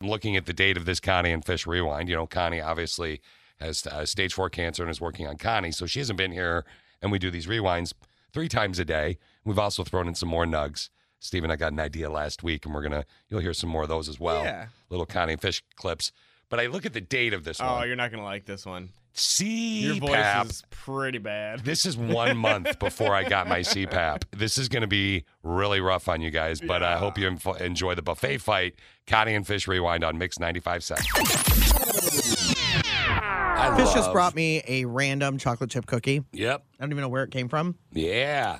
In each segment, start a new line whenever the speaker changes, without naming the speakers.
I'm looking at the date of this Connie and Fish rewind. You know, Connie obviously has uh, stage four cancer and is working on Connie, so she hasn't been here. And we do these rewinds three times a day. We've also thrown in some more nugs. Steve and I got an idea last week, and we're gonna you'll hear some more of those as well.
Yeah.
Little Connie and Fish clips. But I look at the date of this
Oh,
one.
you're not gonna like this one.
CPAP.
Your voice is pretty bad.
This is one month before I got my CPAP. This is going to be really rough on you guys, but I hope you enf- enjoy the buffet fight. Connie and Fish Rewind on Mix 95 Seven. I
Fish
love-
just brought me a random chocolate chip cookie.
Yep.
I don't even know where it came from.
Yeah.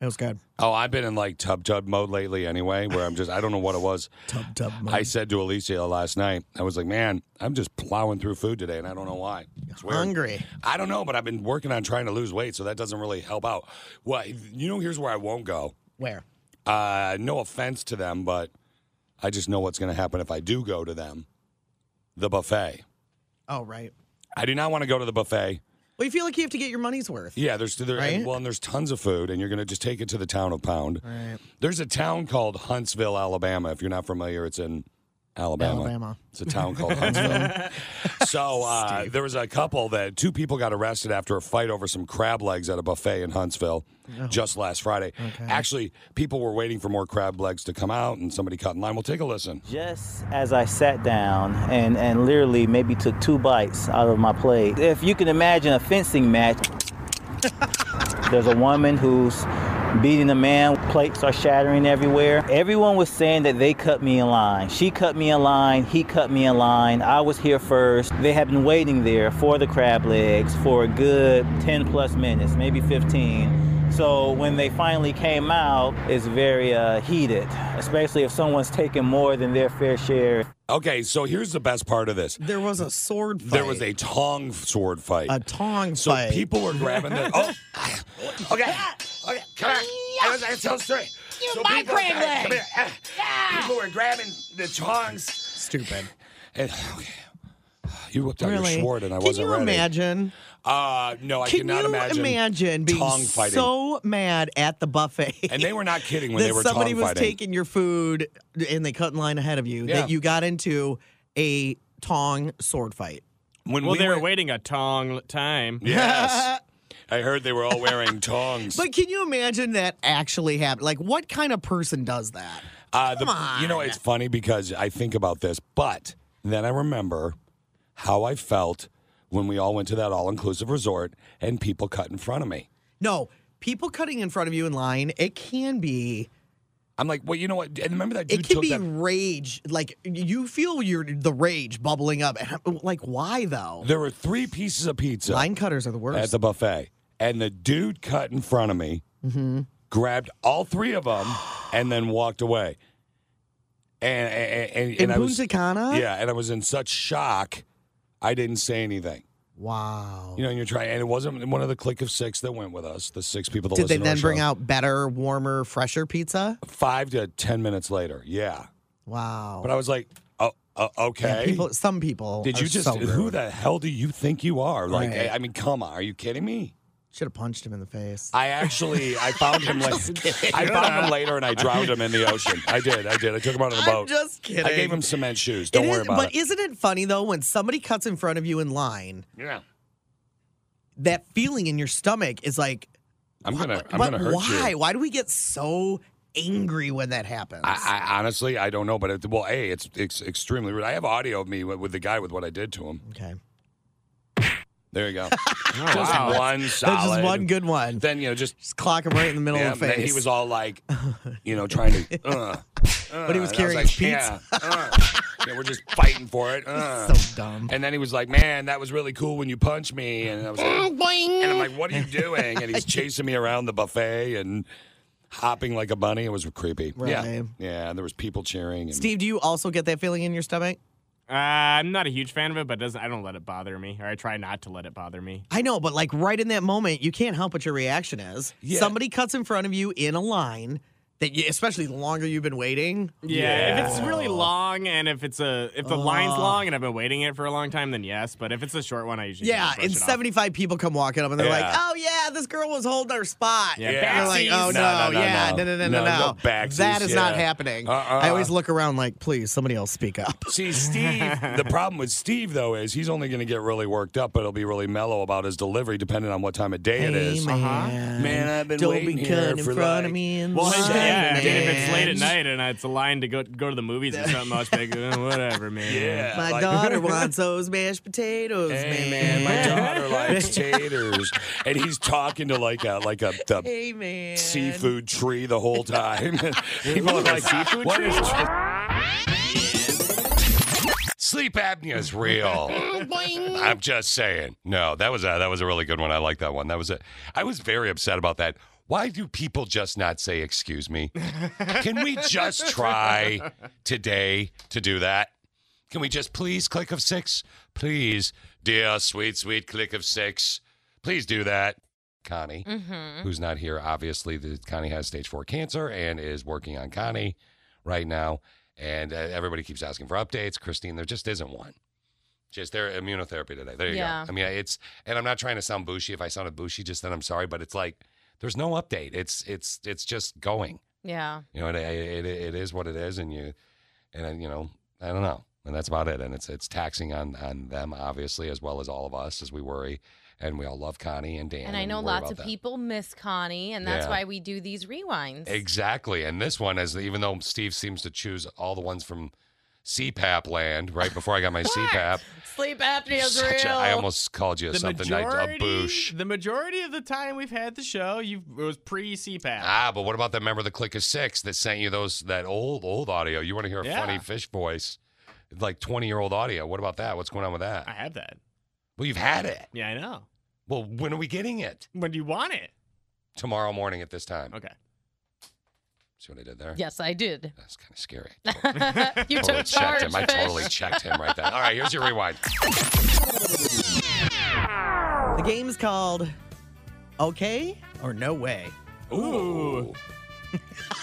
It was good.
Oh, I've been in like tub tub mode lately anyway, where I'm just, I don't know what it was.
Tub tub.
I
mug.
said to Alicia last night, I was like, man, I'm just plowing through food today, and I don't know why. It's weird.
Hungry.
I don't know, but I've been working on trying to lose weight, so that doesn't really help out. Well, you know, here's where I won't go.
Where?
Uh, no offense to them, but I just know what's going to happen if I do go to them. The buffet.
Oh, right.
I do not want to go to the buffet.
Well, you feel like you have to get your money's worth.
Yeah, there's there,
Right?
well, and there's tons of food, and you're going to just take it to the town of Pound.
Right.
There's a town called Huntsville, Alabama. If you're not familiar, it's in Alabama.
Alabama.
It's a town called Huntsville. so uh, there was a couple that two people got arrested after a fight over some crab legs at a buffet in Huntsville
Oh.
just last Friday. Actually, people were waiting for more crab legs to come out, and somebody cut in line. Well, take a listen.
Just as I sat down and, and literally maybe took two bites out of my plate, if you can imagine a fencing match, there's a woman who's beating a man, plates are shattering everywhere. Everyone was saying that they cut me in line. She cut me in line, he cut me in line, I was here first. They had been waiting there for the crab legs for a good 10 plus minutes, maybe 15. So when they finally came out, it's very uh, heated, especially if someone's taking more than their fair share.
Okay, so here's the best part of this.
There was a sword fight.
There was a tong sword fight.
a tong
So
fight.
people were grabbing the. Oh, okay, okay, come on. I was I tell straight. You so my people, crab leg. Come here. Ah, People were grabbing the tongs.
Stupid.
And okay, you whipped out
Really?
your sword, and I
Can
wasn't
you
ready.
imagine?
Uh, no, I
Can
cannot
you
imagine.
being
tongue fighting.
so mad at the buffet?
and they were not kidding when
that
they were
somebody
tongue
was
fighting.
taking your food and they cut in line ahead of you.
Yeah.
That you got into a tong sword fight.
when
Well,
we
they were
went-
waiting a tong time.
Yes, I heard they were all wearing tongs.
But can you imagine that actually happened? Like, what kind of person does that?
Uh, the,
Come
You know,
on.
it's funny because I think about this, but then I remember how I felt when we all went to that all inclusive resort and people cut in front of me.
No, people cutting in front of you in line, it can be,
I'm like, well, you know what? And remember that dude
it can
took
be
that.
rage. Like, you feel your the rage bubbling up. And I'm Like, why though?
There were three pieces of pizza
Line cutters are the worst.
at the buffet, and the dude cut in front of me,
Mm-hmm.
grabbed all three of them, and then walked away. And and and, and
in
I was
Punta Cana?
yeah, and I was in such shock, I didn't say anything.
Wow.
You know, and you're trying, and it wasn't one of the clique of six that went with us. The six people that
Did they
listened to our
then bring
show.
out better, warmer, fresher pizza?
five to ten minutes later? Yeah,
Wow.
but I was like, oh, uh,
Yeah,
okay.
people, oh, some people.
Did you just? who the hell do you think you are? Like,
Right.
I, I mean, come on, are you kidding me?
should have punched him in the face?
I actually, I found him later. I found him later, and I drowned him in the ocean. I did, I did. I took him out of the
I'm
boat.
just kidding.
I gave him cement shoes. Don't
It
worry
is-
about
but
it.
is isn't it funny though when somebody cuts in front of you in line?
Yeah,
That feeling in your stomach is like,
I'm gonna, I'm
but
gonna hurt
why?
you.
Why do we get so angry when that happens?
I, I honestly, I don't know, but it, well, a, it's, it's extremely rude. I have audio of me with, with the guy with what I did to him.
okay,
There you go.
Oh,
just
wow.
one solid.
that's just one good one.
Then you know, just
Just clock him right in the middle
yeah,
of
and
the face.
then he was all like, you know, trying to. Uh,
But he was carrying
like,
his
Yeah, uh, yeah, we're just fighting for it. Uh.
so dumb.
And then he was like, "Man, that was really cool when you punched me." And I was
Oh,
like, "And I'm like, what are you doing?" And he's chasing me around the buffet and hopping like a bunny. It was creepy. Yeah,
Right.
yeah. And there was people cheering. And
Steve, do you also get that feeling in your stomach?
Uh, I'm not a huge fan of it, but it doesn't I don't let it bother me, or I try not to let it bother me.
I know, but like right in that moment, you can't help what your reaction is.
Yeah.
Somebody cuts in front of you in a line. That you, especially the longer you've been waiting.
Yeah, if it's really long and if it's a if the
Uh.
line's long and I've been waiting it for a long time, then yes. But if it's a short one, I usually
Yeah,
just brush
and
it off.
75 people come walking up and they're like,
Yeah.
oh, yeah, this girl was holding her spot.
Yeah,
And you're like,
backsies.
oh,
No,
no,
no, no,
yeah,
no.
no, no, no,
No,
no, no.
no backsies,
that is not
yeah.
happening.
Uh-uh.
I always look around like, please, somebody else speak up.
See, Steve, the problem with Steve, though, is he's only going to get really worked up, but he'll be really mellow about his delivery depending on what time of day it is. Uh-huh.
man.
Man, I've been
Don't
waiting
be
here
cutting in
for,
front
like-
of me in
Well,
line,
yeah, yeah, and if it's late
man.
at night and it's a line to go go to the movies or something, I'll just be like, "Eh, whatever, man.
Yeah.
My
like-
daughter wants those mashed potatoes,
Hey, man,
man.
my daughter likes taters, and he's talking to like a like a the
Hey, man.
seafood tree the whole time. People are like,
Seafood
"What
tree?
is Sleep apnea is real. I'm just saying. No, that was a that was a really good one. I like that one. That was a. I was very upset about that. Why do people just not say excuse me? Can we just try today to do that? Can we just please click of six? Please, dear sweet sweet click of six. Please do that, Connie, who's not here. Obviously, the, Connie has stage four cancer and is working on Connie right now. And uh, everybody keeps asking for updates. Christine, there just isn't one. Just their immunotherapy today. There you
Yeah.
go. I mean, it's and I'm not trying to sound bushy. If I sounded bushy, just then I'm sorry. But it's like there's no update. It's it's it's just going.
Yeah.
You know, it it, it is what it is, and you and uh, you know, I don't know, and that's about it. And it's it's taxing on on them obviously as well as all of us as we worry, and we all love Connie and Dan.
And I know
worry
lots
about
of
that.
people miss Connie, and that's
Yeah.
why we do these rewinds.
Exactly. And this one, as even though Steve seems to choose all the ones from CPAP land, right before I got my CPAP,
Sleep apnea is
such
real.
a, I almost called you
The
something like a
majority,
boosh.
the majority of the time we've had the show, you it was pre CPAP.
Ah, but what about that member of the Click of Six that sent you those that old old audio? You want to hear a funny
Yeah.
fish voice, like twenty year old audio? What about that? What's going on with that?
I have that.
well, you've had it.
Yeah, I know.
Well, when are we getting it?
When do you want it?
Tomorrow morning at this time.
Okay.
See what I did there?
yes, I did.
That's kind of scary.
you
totally
took charge.
checked him. I
Fish.
totally checked him right there. All right, here's your rewind.
The game's called Okay or No Way.
Ooh.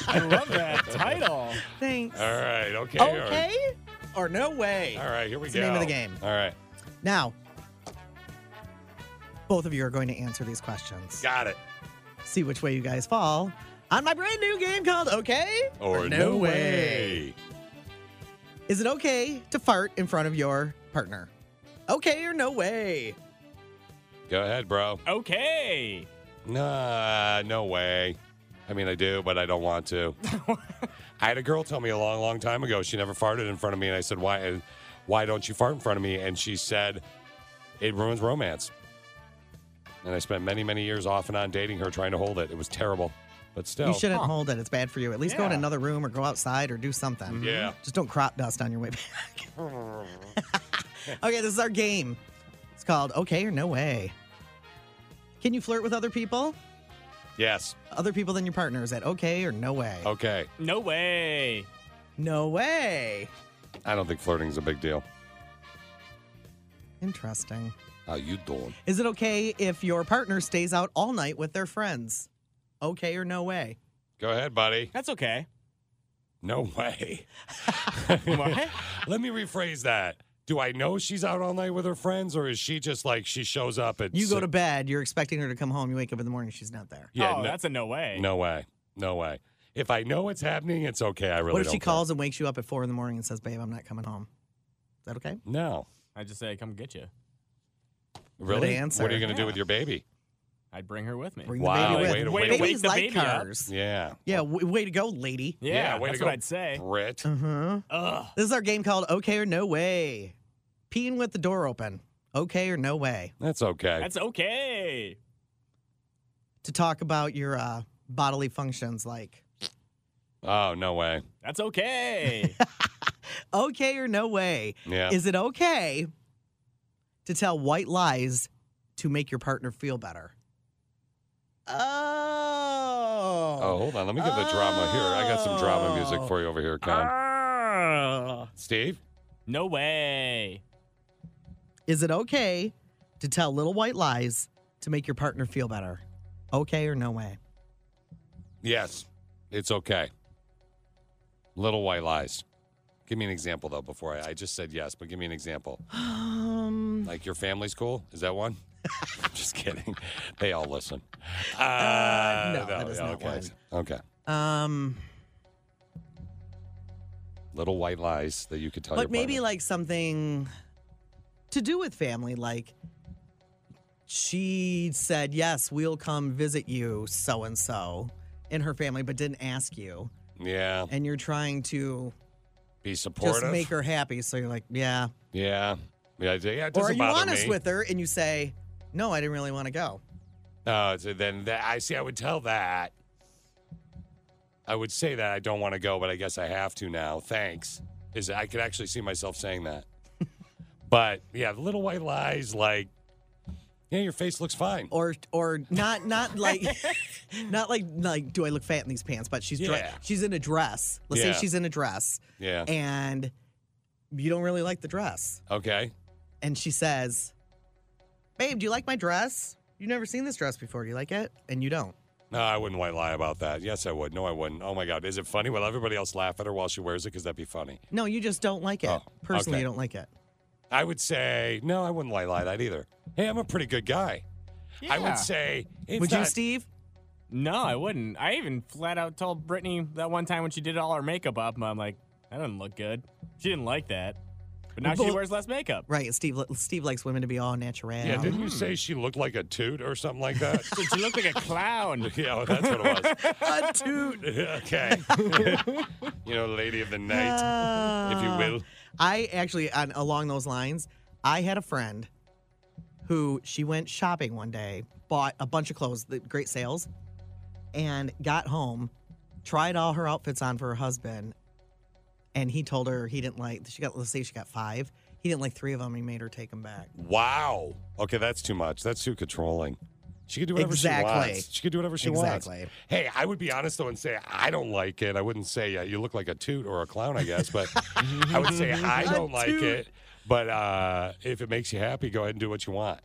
I love that title.
Thanks.
All right. Okay. all right.
Okay or No Way.
All right. Here we
It's
go.
the name of the game.
All right.
Now, both of you are going to answer these questions.
Got it.
See which way you guys fall on my brand new game called Okay
Or no way.
Is it okay to fart in front of your partner? Okay or no way?
Go ahead, bro.
Okay.
Nah, no way. I mean, I do, but I don't want to. I had a girl tell me a long, long time ago she never farted in front of me, and I said, "Why? And why don't you fart in front of me?" And she said, "It ruins romance." And I spent many, many years off and on dating her, trying to hold it. It was terrible, but still,
You shouldn't hold it. It's bad for you. At least go in
Yeah.
another room or go outside or do something.
Yeah.
Just don't crop dust on your way back. okay, this is our game. It's called Okay or No Way. Can you flirt with other people?
yes,
Other people than your partner. Is that okay or no way?
okay.
No way.
No way.
I don't think flirting is a big deal.
Interesting.
How you doing?
Is it okay if your partner stays out all night with their friends? Okay or no way?
Go ahead, buddy.
That's okay.
No way.
What?
Let me rephrase that. Do I know she's out all night with her friends, or is she just like she shows up at?
You go
si-
to bed, you're expecting her to come home, you wake up in the morning, she's not there.
Yeah,
oh,
no,
that's a no way.
no way, no way. If I know it's happening, it's okay. I really.
what if
don't
she
care.
calls and wakes you up at four in the morning and says, Babe, I'm not coming home? Is that okay?
No,
I just say, come get you.
really.
answer.
What are you going to do
Yeah.
with your baby?
I'd bring her with me.
Bring
Wow,
the baby
way to-
with.
way to
Babies
wake the
like
baby up.
cars.
Yeah.
Yeah, w- way to go, lady.
yeah,
way to
that's
go,
what I'd say.
Brit.
Uh-huh.
Ugh.
This is our game called Okay or No Way. Peeing with the door open. Okay or no way.
That's okay.
That's okay.
To talk about your uh, bodily functions like
oh no way.
That's okay.
okay or no way.
Yeah.
Is it okay to tell white lies to make your partner feel better? Oh.
oh, hold on. Let me get the drama here. I got some drama music
Oh.
for you over here, Con.
Ah.
Steve.
no way.
Is it okay to tell little white lies to make your partner feel better? Okay or no way?
Yes. It's okay. Little white lies. Give me an example though. Before I, I just said yes, but give me an example.
Um,
Like your family's cool? Is that one? just kidding. They all listen. Uh,
no, that is not
okay.
one.
Okay.
um,
Little white lies that you could tell.
but
your
maybe
partner.
like something to do with family. Like she said, "Yes, we'll come visit you, so and so," in her family, but didn't ask you,
yeah,
and you're trying to
be supportive.
just make her happy. So you're like, "Yeah,"
yeah, yeah. It yeah, it
or
doesn't
are you
bother
honest
me.
with her and you say, "No, I didn't really want to go."
Uh, so then that, I see. I would tell that. I would say that I don't want to go, but I guess I have to now. Thanks. Is I could actually see myself saying that. but yeah, the little white lies like, yeah, your face looks fine.
or or not not like not like like do I look fat in these pants? But she's dre-
Yeah.
she's in a dress. Let's
Yeah.
say she's in a dress
Yeah.
and you don't really like the dress,
Okay.
and she says, "Babe, do you like my dress? You've never seen this dress before. Do you like it?" And you don't.
No, I wouldn't white lie about that. Yes, I would. No, I wouldn't. Oh my God, is it funny? Will everybody else laugh at her while she wears it? Because that'd be funny.
No, you just don't like it.
Oh,
Personally,
okay.
you don't like it.
I would say no. I wouldn't white lie that either. Hey, I'm a pretty good guy. I
Yeah.
would say. It's
Would you,
not-
Steve?
No, I wouldn't. I even flat out told Brittany that one time when she did all her makeup up, and I'm like, that doesn't look good. She didn't like that. But now she
But-
wears less makeup.
Right, and Steve. Steve likes women to be all natural. Hmm.
Yeah, didn't you say she looked like a toot or something like that?
Dude, she looked like a clown.
yeah, well, that's what it was.
a toot.
okay. you know, lady of the night, if you
Ah.
will.
I actually, on, along those lines, I had a friend who she went shopping one day, bought a bunch of clothes, the great sales, and got home, tried all her outfits on for her husband, and he told her he didn't like. She got, let's say, she got five. He didn't like three of them. He made her take them back.
Wow. Okay, that's too much. That's too controlling. She could do whatever she
Exactly.
wants. She could do whatever she
Exactly.
wants. Hey, I would be honest though and say I don't like it. I wouldn't say uh, you look like a toot or a clown, I guess, but I would say I
A
don't like
toot.
it. But uh, if it makes you happy, go ahead and do what you want.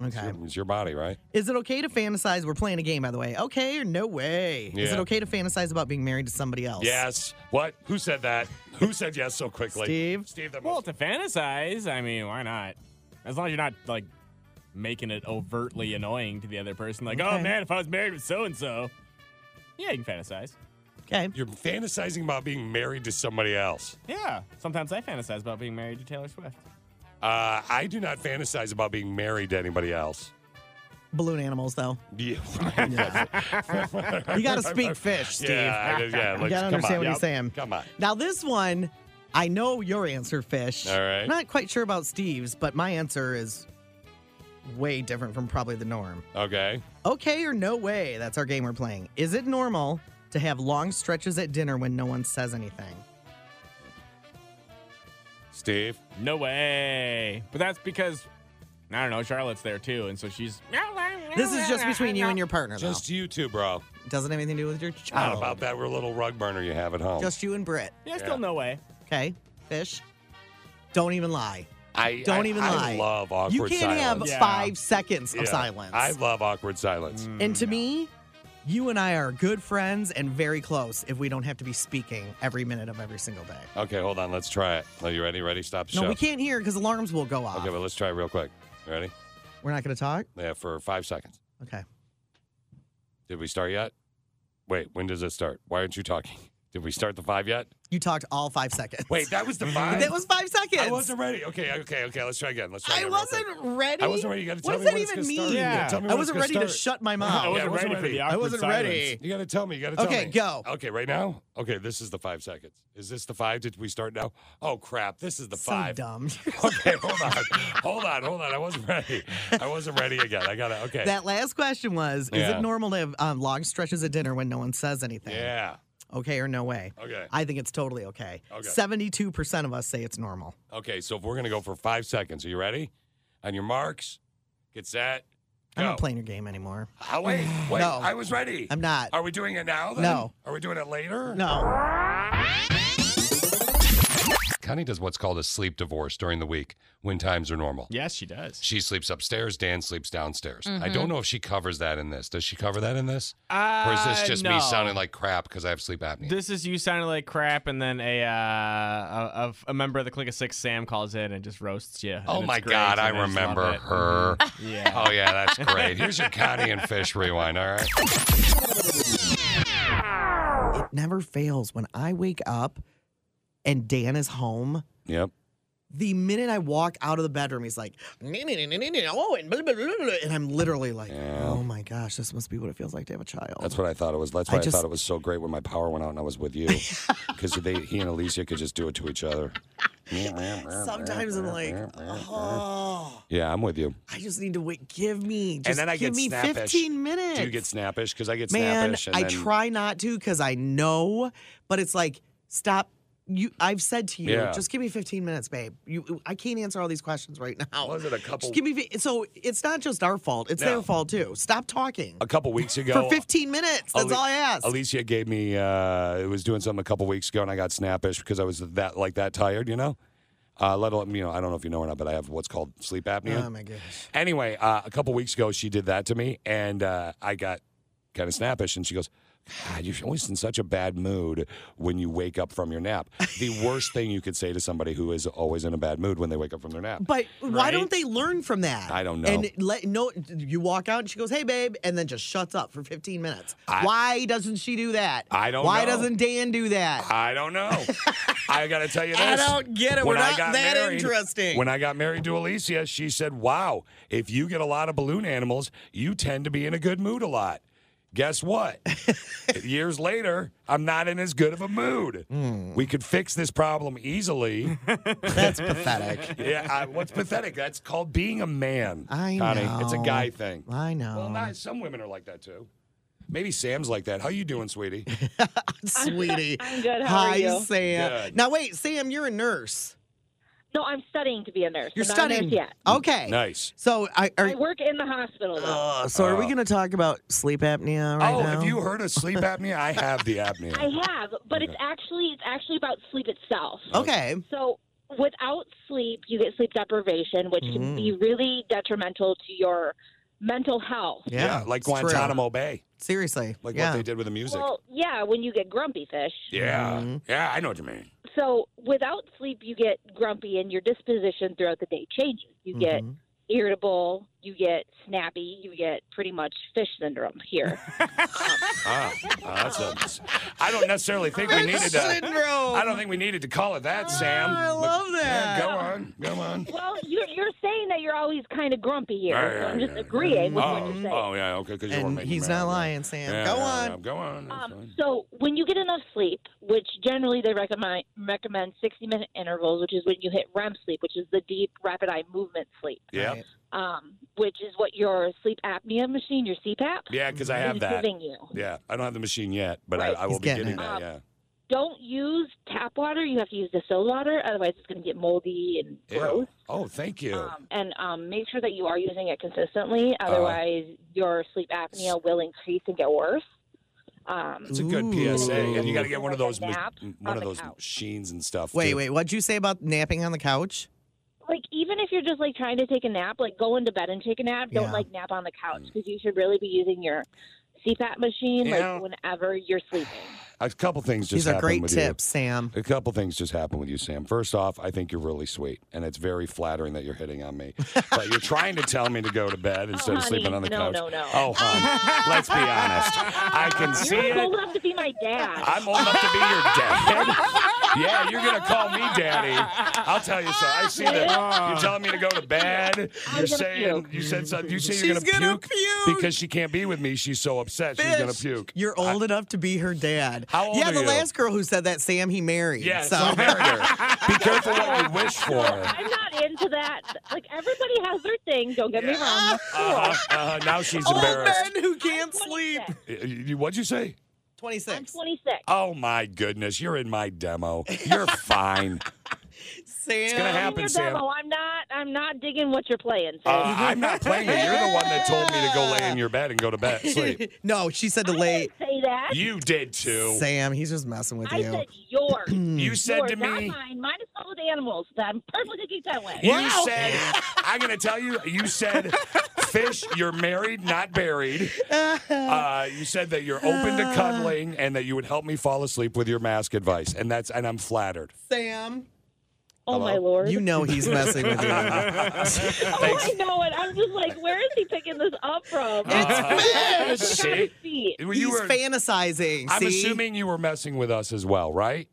It's
Okay.
your, it's your body, right?
Is it okay to fantasize? We're playing a game, by the way. Okay or no way? Is it
Yeah.
okay to fantasize about being married to somebody else?
Yes. What? Who said that? Who said yes so quickly?
Steve?
Steve, that
Well,
must
to fantasize, I mean, why not? As long as you're not like making it overtly annoying to the other person, like, oh
Okay.
man, if I was married with so and so, yeah, you can fantasize.
Okay.
You're fantasizing about being married to somebody else.
Yeah, sometimes I fantasize about being married to Taylor Swift.
Uh, I do not fantasize about being married to anybody else.
Balloon animals, though.
Yeah,
You got to speak fish, Steve.
Yeah, I- yeah,
You
let's-
gotta
come
understand
on.
what he's
Yep.
saying.
Come on.
Now this one, I know your answer, Fish.
All right.
Not quite sure about Steve's, but my answer is way different from probably the norm.
Okay.
Okay or no way? That's our game we're playing. Is it normal to have long stretches at dinner when no one says anything?
Steve.
No way. But that's because I don't know, Charlotte's there too, and so she's
This is just between you and your partner, though.
Just you two, bro.
Doesn't have anything to do with your
Not
child.
about that little rug burner you have at home.
Just you and Britt.
Yeah, still no way.
Okay, Fish. Don't even lie.
I
Don't
I-
even
I
lie.
love awkward
you can't have
silence.
Yeah.
five seconds of
Yeah.
silence. Mm.
I love awkward silence.
And to me, you and I are good friends and very close if we don't have to be speaking every minute of every single day.
Okay, hold on. Let's try it. Are you ready? Ready? Stop the
No,
show.
we can't hear because alarms will go off.
Okay, but let's try it real quick. You Ready?
We're not going to talk?
Yeah, for five seconds.
Okay.
Did we start yet? Wait, when does it start? Why aren't you talking? Did we start the five yet?
You talked all five seconds.
Wait, that was the five.
That was five seconds.
I wasn't ready. Okay, okay, okay. Let's try again. Let's try
I
again. real
wasn't
quick.
ready.
I wasn't ready. You got to
What
tell
does
me
that
when it's
even
gonna
mean?
Start.
Yeah.
Tell me
I
when
wasn't
it's
ready
gonna
to
start.
shut my mouth.
Yeah,
I wasn't,
I wasn't
ready, for
ready.
the
I
awkward
wasn't
silence.
ready.
You got to tell me. You got to tell me.
Okay, go.
Okay, right now. Okay, this is the five seconds. Is this the five? Did we start now? Oh crap! This is the
so
five.
dumb.
Okay, hold on, hold on, hold on. I wasn't ready. I wasn't ready again. I gotta. Okay.
that last question was Is
Yeah.
it normal to have um, long stretches at dinner when no one says anything?
yeah.
Okay or no way?
Okay.
I think it's totally okay.
Okay.
72% of us say it's normal.
Okay. So if we're gonna go for five seconds, are you ready? On your marks, get set. Go.
I'm not playing your game anymore.
Ah, wait, wait.
No.
I was ready.
I'm not.
Are we doing it now? Then?
No.
Are we doing it later?
No.
Connie does what's called a sleep divorce during the week when times are normal.
Yes, she does.
She sleeps upstairs, Dan sleeps downstairs. I
Mm-hmm.
don't know if she covers that in this. Does she cover that in this? Or is this
Uh,
just
no.
me sounding like crap because I have sleep apnea?
This is you sounding like crap, and then a uh, a, a- a member of the Click of Six, Sam, calls in and just roasts you. and
Oh
it's
my
great,
God,
and
I
just love
remember
it. Mm-hmm.
her.
Yeah.
Oh, yeah, that's great. Here's your Connie and Fish rewind, all right?
It never fails. When I wake up and Dan is home,
Yep.
the minute I walk out of the bedroom, he's like, "Nee, nee, nee, nee, nee, nee, oh, and blah, blah, blah, blah," and I'm literally like,
Yeah.
oh my gosh, this must be what it feels like to have a child.
That's what I thought it was. That's
I
why I,
just-
thought it was so great when my power went out and I was with you, because they he and Alicia could just do it to each other.
Sometimes I'm like, oh,
Yeah, I'm with you.
I just need to wait. Give me, just
and then I
give
get
me
snappish.
15 minutes.
Do you get snappish? Because I get
Man,
snappish.
I
and then-
try not to because I know, but it's like, stop. You, I've said to you,
Yeah.
just give me 15 minutes, babe. You, I can't answer all these questions right now.
Was it a couple?
Just give me. fi- So it's not just our fault; it's
No.
their fault too. Stop talking
A couple weeks ago.
for 15 minutes. That's
Ali-
all I asked.
Alicia gave me. Uh, it was doing something a couple weeks ago, and I got snappish because I was that like that tired. You know. Uh, let alone, you know, I don't know if you know or not, but I have what's called sleep apnea.
Oh my gosh!
Anyway, uh, a couple weeks ago, she did that to me, and uh, I got kind of snappish. And she goes, "God, you're always in such a bad mood when you wake up from your nap." The worst thing you could say to somebody who is always in a bad mood when they wake up from their nap.
But why
Right?
don't they learn from that?
I don't know.
And let no, you walk out and she goes, "Hey, babe," and then just shuts up for 15 minutes.
I-
why doesn't she do that?
I don't
Why
know.
doesn't Dan do that?
I don't know. I got to tell you this.
I don't get it.
When
We're
I
not
got
that
married-
interesting.
When I got married to Alicia, she said, "Wow, if you get a lot of balloon animals, you tend to be in a good mood a lot." Guess what? Years later, I'm not in as good of a mood. We could fix this problem easily.
Hmm. That's pathetic.
yeah, I, what's pathetic? That's called being a man.
I
Connie. It's a
know.
guy thing.
I know.
Well, not some women are like that too. Maybe Sam's like that. How you doing, sweetie?
Sweetie.
I'm good. How
Hi,
are you?
Sam.
Good.
Now wait, Sam, you're a nurse.
No, I'm studying to be a nurse.
You're
I'm Not a
studying.
nurse yet.
Okay.
nice.
So I are
I work in the hospital. though.
uh, so are we
Uh,
going to talk about sleep apnea right
oh,
now?
have you heard of sleep apnea? I have the apnea.
I have, but it's actually it's actually about sleep itself.
Okay.
So without sleep, you get sleep deprivation, which
Mhm.
can be really detrimental to your mental health.
Yeah, like
it's true.
Guantanamo Bay,
Seriously.
like
yeah.
what they did with the music.
Well, yeah, when you get grumpy fish.
yeah,
Mhm.
yeah, I know what you mean.
So without sleep, you get grumpy, and your disposition throughout the day changes. You get
Mhm.
irritable, you get snappy, you get pretty much fish syndrome here.
Ah, ah, that's a, I don't necessarily think we needed to.
Syndrome. Ah,
I don't think we needed to call it that, Sam.
I
But-
love
Yeah,
that.
go on, go on.
Well, you're, you're saying that you're always kind of grumpy here.
Yeah,
so I'm
yeah,
just
yeah.
agreeing with what
Oh,
you're saying.
oh yeah, okay, because you were
Mm-hmm. and
making
he's
me mad.
not lying, Sam.
Yeah,
go
yeah,
on.
yeah, go on. that's
Um,
fine.
so when you get enough sleep, which generally they recommend recommend 60 minute intervals, which is when you hit REM sleep, which is the deep rapid eye movement sleep,
yeah,
Right.
um, which is what your sleep apnea machine, your CPAP,
yeah, because I have
is
that.
giving you.
Yeah, I don't have the machine yet, but
Right.
I, I will
He's
be
getting
getting
it.
that.
Um,
Yeah.
Don't use tap water. You have to use distilled water, otherwise it's going to get moldy and
Ew.
gross.
Oh, thank you.
Um, and um, make sure that you are using it consistently.
Uh-huh.
Otherwise, your sleep apnea will increase and get worse. Um,
it's a good
Ooh.
PSA, and you got to get one of
Like a
those ma- mm,
nap
one
on
of
the
those
couch.
machines and stuff.
Wait,
too.
wait. What'd you say about napping on the couch?
like even if you're just like trying to take a nap, like go into bed and take a nap. Don't
Yeah.
like nap on the couch
Mm.
because you should really be using your CPAP machine
Yeah.
like whenever you're sleeping.
A couple things just
These are
happened
great
with you.
tips, Sam.
A couple things just happened with you, Sam. First off, I think you're really sweet, and it's very flattering that you're hitting on me. But you're trying to tell me to go to bed instead of
Oh, honey,
sleeping on the
no,
couch.
no, no.
Oh, hon, let's be honest. I can see
You're like
it.
old enough to be my dad.
I'm old enough to be your dad. yeah, you're gonna call me daddy. I'll tell you so. I see that you're telling me to go to bed. You're
gonna
saying
puke.
you said something. You say you're gonna, puke, because she can't be with me. She's so upset. She's gonna
Fish,
puke.
You're old enough to be her dad.
How old
yeah,
are
the
you?
last girl who said that, Sam, he married.
Yeah, so
so
I married her. Be careful what you wish for.
I'm not into that. Like everybody has their thing. Don't get me
Yeah.
wrong. That's cool.
Uh-huh, uh-huh. Now she's
old
embarrassed.
men who can't
I'm
sleep.
26.
Y- y- What'd you say?
I'm
26.
26.
Oh my goodness, you're in my demo. You're fine.
Sam. It's
gonna
I'm
happen.
your
Sam.
demo. I'm not. I'm not digging what you're playing. Sid.
Uh, I'm not playing it. You're the one that told me to go lay in your bed and go to bed sleep.
no, she said to
I
lay.
didn't say that.
You did too.
Sam, he's just messing with
I
you.
said yours.
You said
yours,
to
not
me,
mine. Mine is all with animals. I'm perfectly good that way.
You said, I'm going to tell you, you said, Fish, you're married, not buried. Uh, you said that you're open to cuddling and that you would help me fall asleep with your mask advice. And that's, and I'm flattered.
Sam.
Oh my lord!
You know he's messing with you.
oh, I know it. I'm just like, where is he picking this up from?
Uh, see?
See,
You
he's
were-
fantasizing.
I'm
see?
assuming you were messing with us as well, right?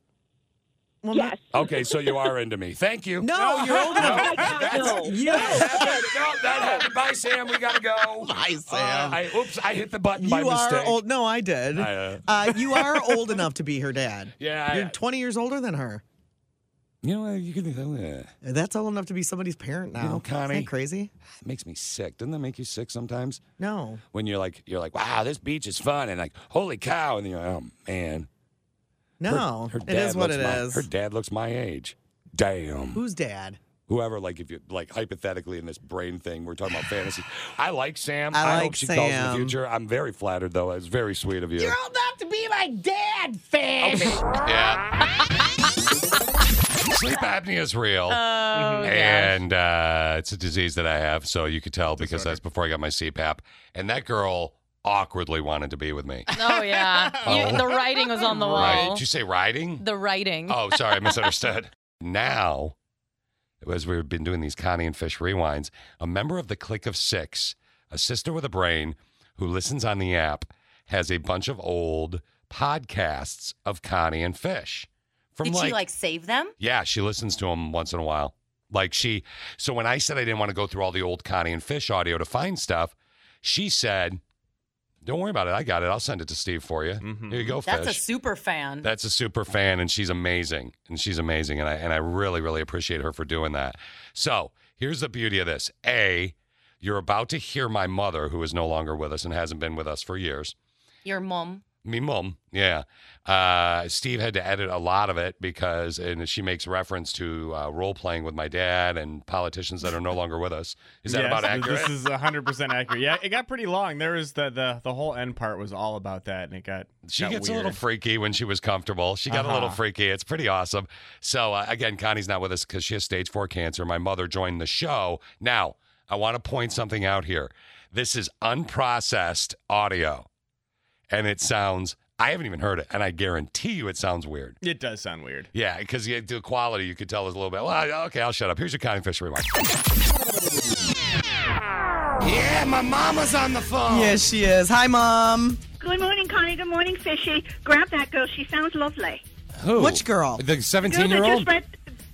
Well,
yes.
Okay, so you are into me. Thank you.
No, you're old
Oh
enough.
my God, no.
That happened. No, that happened. Bye, Sam. We gotta go.
Hi,
Uh,
Sam.
I, oops, I hit the button by
you are
mistake.
old. No, I did.
I, uh,
uh, you are old enough to be her dad.
Yeah, I-
You're 20 years older than her.
you know, uh, you can. Uh, it
That's old enough to be somebody's parent now.
know, Connie-
Isn't that crazy?
makes me sick. Doesn't that make you sick sometimes?
No.
When you're like, you're like, wow, this beach is fun, and like, holy cow, and then you're like, oh man. Her-
No.
her
it
dad
is what
looks
it is.
my- Her dad looks my age. Damn.
Who's dad?
Whoever, like, if you like, hypothetically, in this brain thing, we're talking about fantasy. I like Sam.
I
hope
like
she calls in the
Sam.
future. I'm very flattered, though. It's very sweet of you.
old enough to be my dad, Fish.
Yeah. Sleep apnea is real.
Oh,
and uh, it's a disease that I have, so you could tell because that's before I got my CPAP. And that girl awkwardly wanted to be with me.
oh yeah. You,
Oh.
the writing was on the wall.
Right? Did you say riding?
The writing.
oh, sorry, I misunderstood. now, as we've been doing these Connie and Fish rewinds, a member of the Click of Six, a sister with a brain who listens on the app, has a bunch of old podcasts of Connie and Fish. From
Did she like save them?
Yeah, she listens to them once in a while. Like she, so when I said I didn't want to go through all the old Connie and Fish audio to find stuff, she said, "Don't worry about it. I got it. I'll send it to Steve for you. Here you go,
That's a
Fish."
super fan.
That's a super fan, and she's amazing, and she's amazing, and I and I really really appreciate her for doing that. So here's the beauty of this: a, you're about to hear my mother, who is no longer with us and hasn't been with us for years.
Your mom.
Me mom, yeah. Uh, Steve had to edit a lot of it because, and she makes reference to uh, role playing with my dad and politicians that are no longer with us. Is that
Yes,
about
th-
accurate?
This is uh, 100% accurate. Yeah, it got pretty long. There was the, the the whole end part was all about that, and it got
she
got
gets a
weird.
little freaky when she was comfortable. She got a little
Uh-huh.
freaky. It's pretty awesome. So uh, again, Connie's not with us because she has stage four cancer. My mother joined the show. Now I want to point something out here. This is unprocessed audio, and it sounds. I haven't even heard it, and I guarantee you it sounds weird.
It does sound weird.
Yeah, because the quality you could tell is a little bit. Well, okay, I'll shut up. Here's your Connie Fisher rewind. Yeah, my mama's on the phone.
Yes, she is. Hi, mom.
Good morning, Connie. Good morning, Fishy. Grab that girl. She sounds lovely.
Who?
Which girl?
The
Dude, I just
seventeen-year-old
read,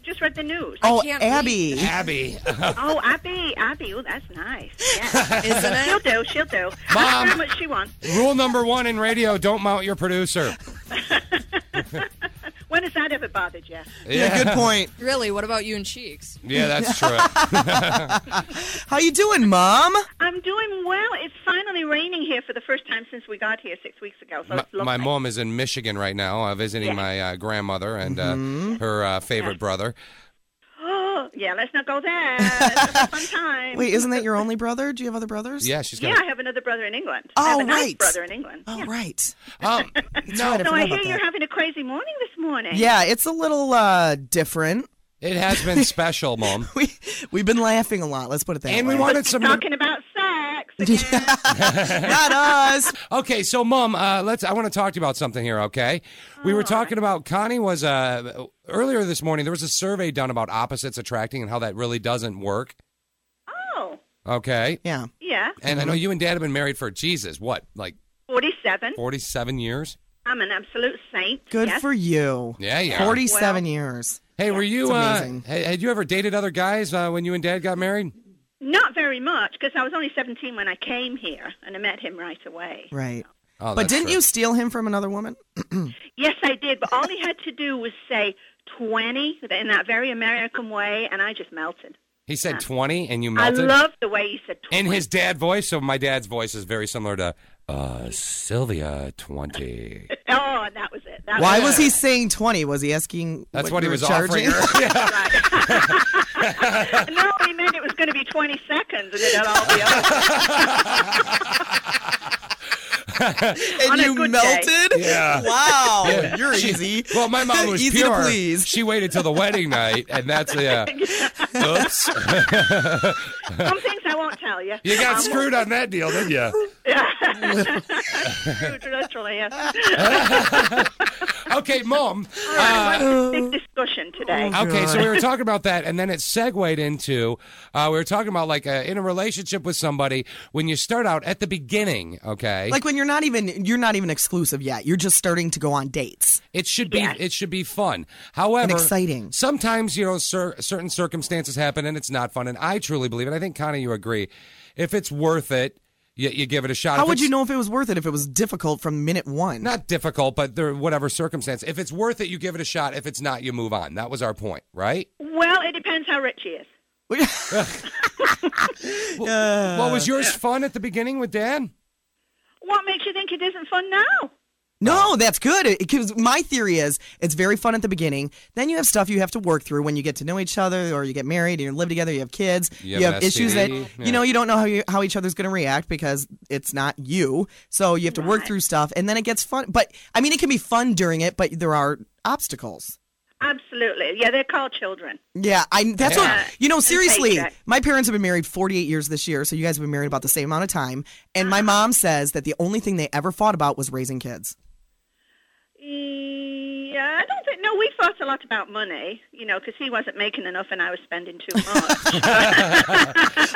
just read the news. Oh,
Oh,
can't
Abby.
Abby.
Abby, Abby. Oh, that's nice. Yeah.
Isn't
she'll
it?
do. She'll do.
Mom.
How much she wants.
Rule number one in radio: don't mount your producer.
When has that ever bothered you?
Yeah, good point.
Really, what about you and Cheeks?
Yeah, that's true.
How you doing, mom?
I'm doing well. It's finally raining here for the first time since we got here six weeks ago. So it's lovely.
my mom is in Michigan right now, uh, visiting my uh, grandmother and uh,
Mm-hmm.
her uh, favorite brother.
Oh, yeah. Let's not go there. Let's have a fun time.
Wait, isn't that your only brother? Do you have other brothers?
Yeah, she's
yeah,
got.
I have another brother in England.
Oh,
I have a nice
right.
brother in England.
Oh,
yeah.
right.
Um,
No,
So I hear you're having a crazy morning this morning.
Yeah, it's a little uh, different.
it has been special, mom.
We we've been laughing a lot. Let's put it that
And
way.
we wanted some.
Talking about sex again.
Not us.
Okay, so mom, uh, let's. I want to talk to you about something here. Okay, we were talking about Connie was uh, earlier this morning. There was a survey done about opposites attracting and how that really doesn't work.
Oh,
Okay,
Yeah.
yeah.
and I know you and Dad have been married for Jesus, what like
47.
forty-seven years?
I'm an absolute saint.
Good
yes.
for you.
Yeah, yeah.
47 years.
Hey, were you?
It's
Uh,
amazing.
ha- had you ever dated other guys uh, when you and Dad got married?
Not very much, because I was only 17 when I came here, and I met him right away.
Right.
Oh,
but
that's
didn't
true.
you steal him from another woman?
Yes, I did, but all he had to do was say 20 in that very American way, and I just melted.
He said 20 and you
I
melted.
love the way he said 20.
in his dad voice, so my dad's voice is very similar to uh, Sylvia 20.
Oh, and that was it. That
Why
was,
was he saying 20? Was he asking
That's what, he
you were
was
charging?
offering her. Yeah.
it. No, he meant it was going to be 20 seconds, and then it'll all be over.
and
a
you
good day.
melted?
Yeah.
Wow.
Yeah.
You're
She-
easy.
Well, my mom was
Easy to
pure.
please.
She waited till the wedding night, and that's yeah. Oops.
Some things I won't tell you.
you got
Um,
screwed on that deal, didn't you?
Screwed, literally, yes.
okay, mom.
Right,
uh,
what's the big discussion today?
Oh,
okay, so we were talking about that, and then it segued into uh, we were talking about like uh, in a relationship with somebody when you start out at the beginning. Okay,
Like when you're not even you're not even exclusive yet. You're just starting to go on dates.
It should be it should be fun. However,
exciting.
Sometimes you know cer- certain circumstances happen and it's not fun. And I truly believe, and I think Connie, you agree. If it's worth it, you, you give it a shot.
How
If
would
it's
you know if it was worth it if it was difficult from minute one?
Not difficult, but there whatever circumstance. If it's worth it, you give it a shot. If it's not, you move on. That was our point, right?
Well, it depends how rich he is.
well, was yours fun at the beginning with Dan?
What makes you think it isn't fun now?
No, that's good. It, 'cause my theory is it's very fun at the beginning. Then you have stuff you have to work through when you get to know each other or you get married and you live together, you have kids.
You have
you
an
have issues that
STD, yeah.
you know you don't know how you, how each other's going to react because it's not you. So you have to work through stuff and then it gets fun. But I mean it can be fun during it, but there are obstacles.
Absolutely. Yeah, they're called children.
Yeah, I that's
Yeah.
what you know.
And
Seriously,
paycheck.
my parents have been married 48 years this year, so you guys have been married about the same amount of time. And my
Uh-huh.
mom says that the only thing they ever fought about was raising kids.
Yeah, I don't think. No, we fought a lot about money, you know, because he wasn't making enough and I was spending too much.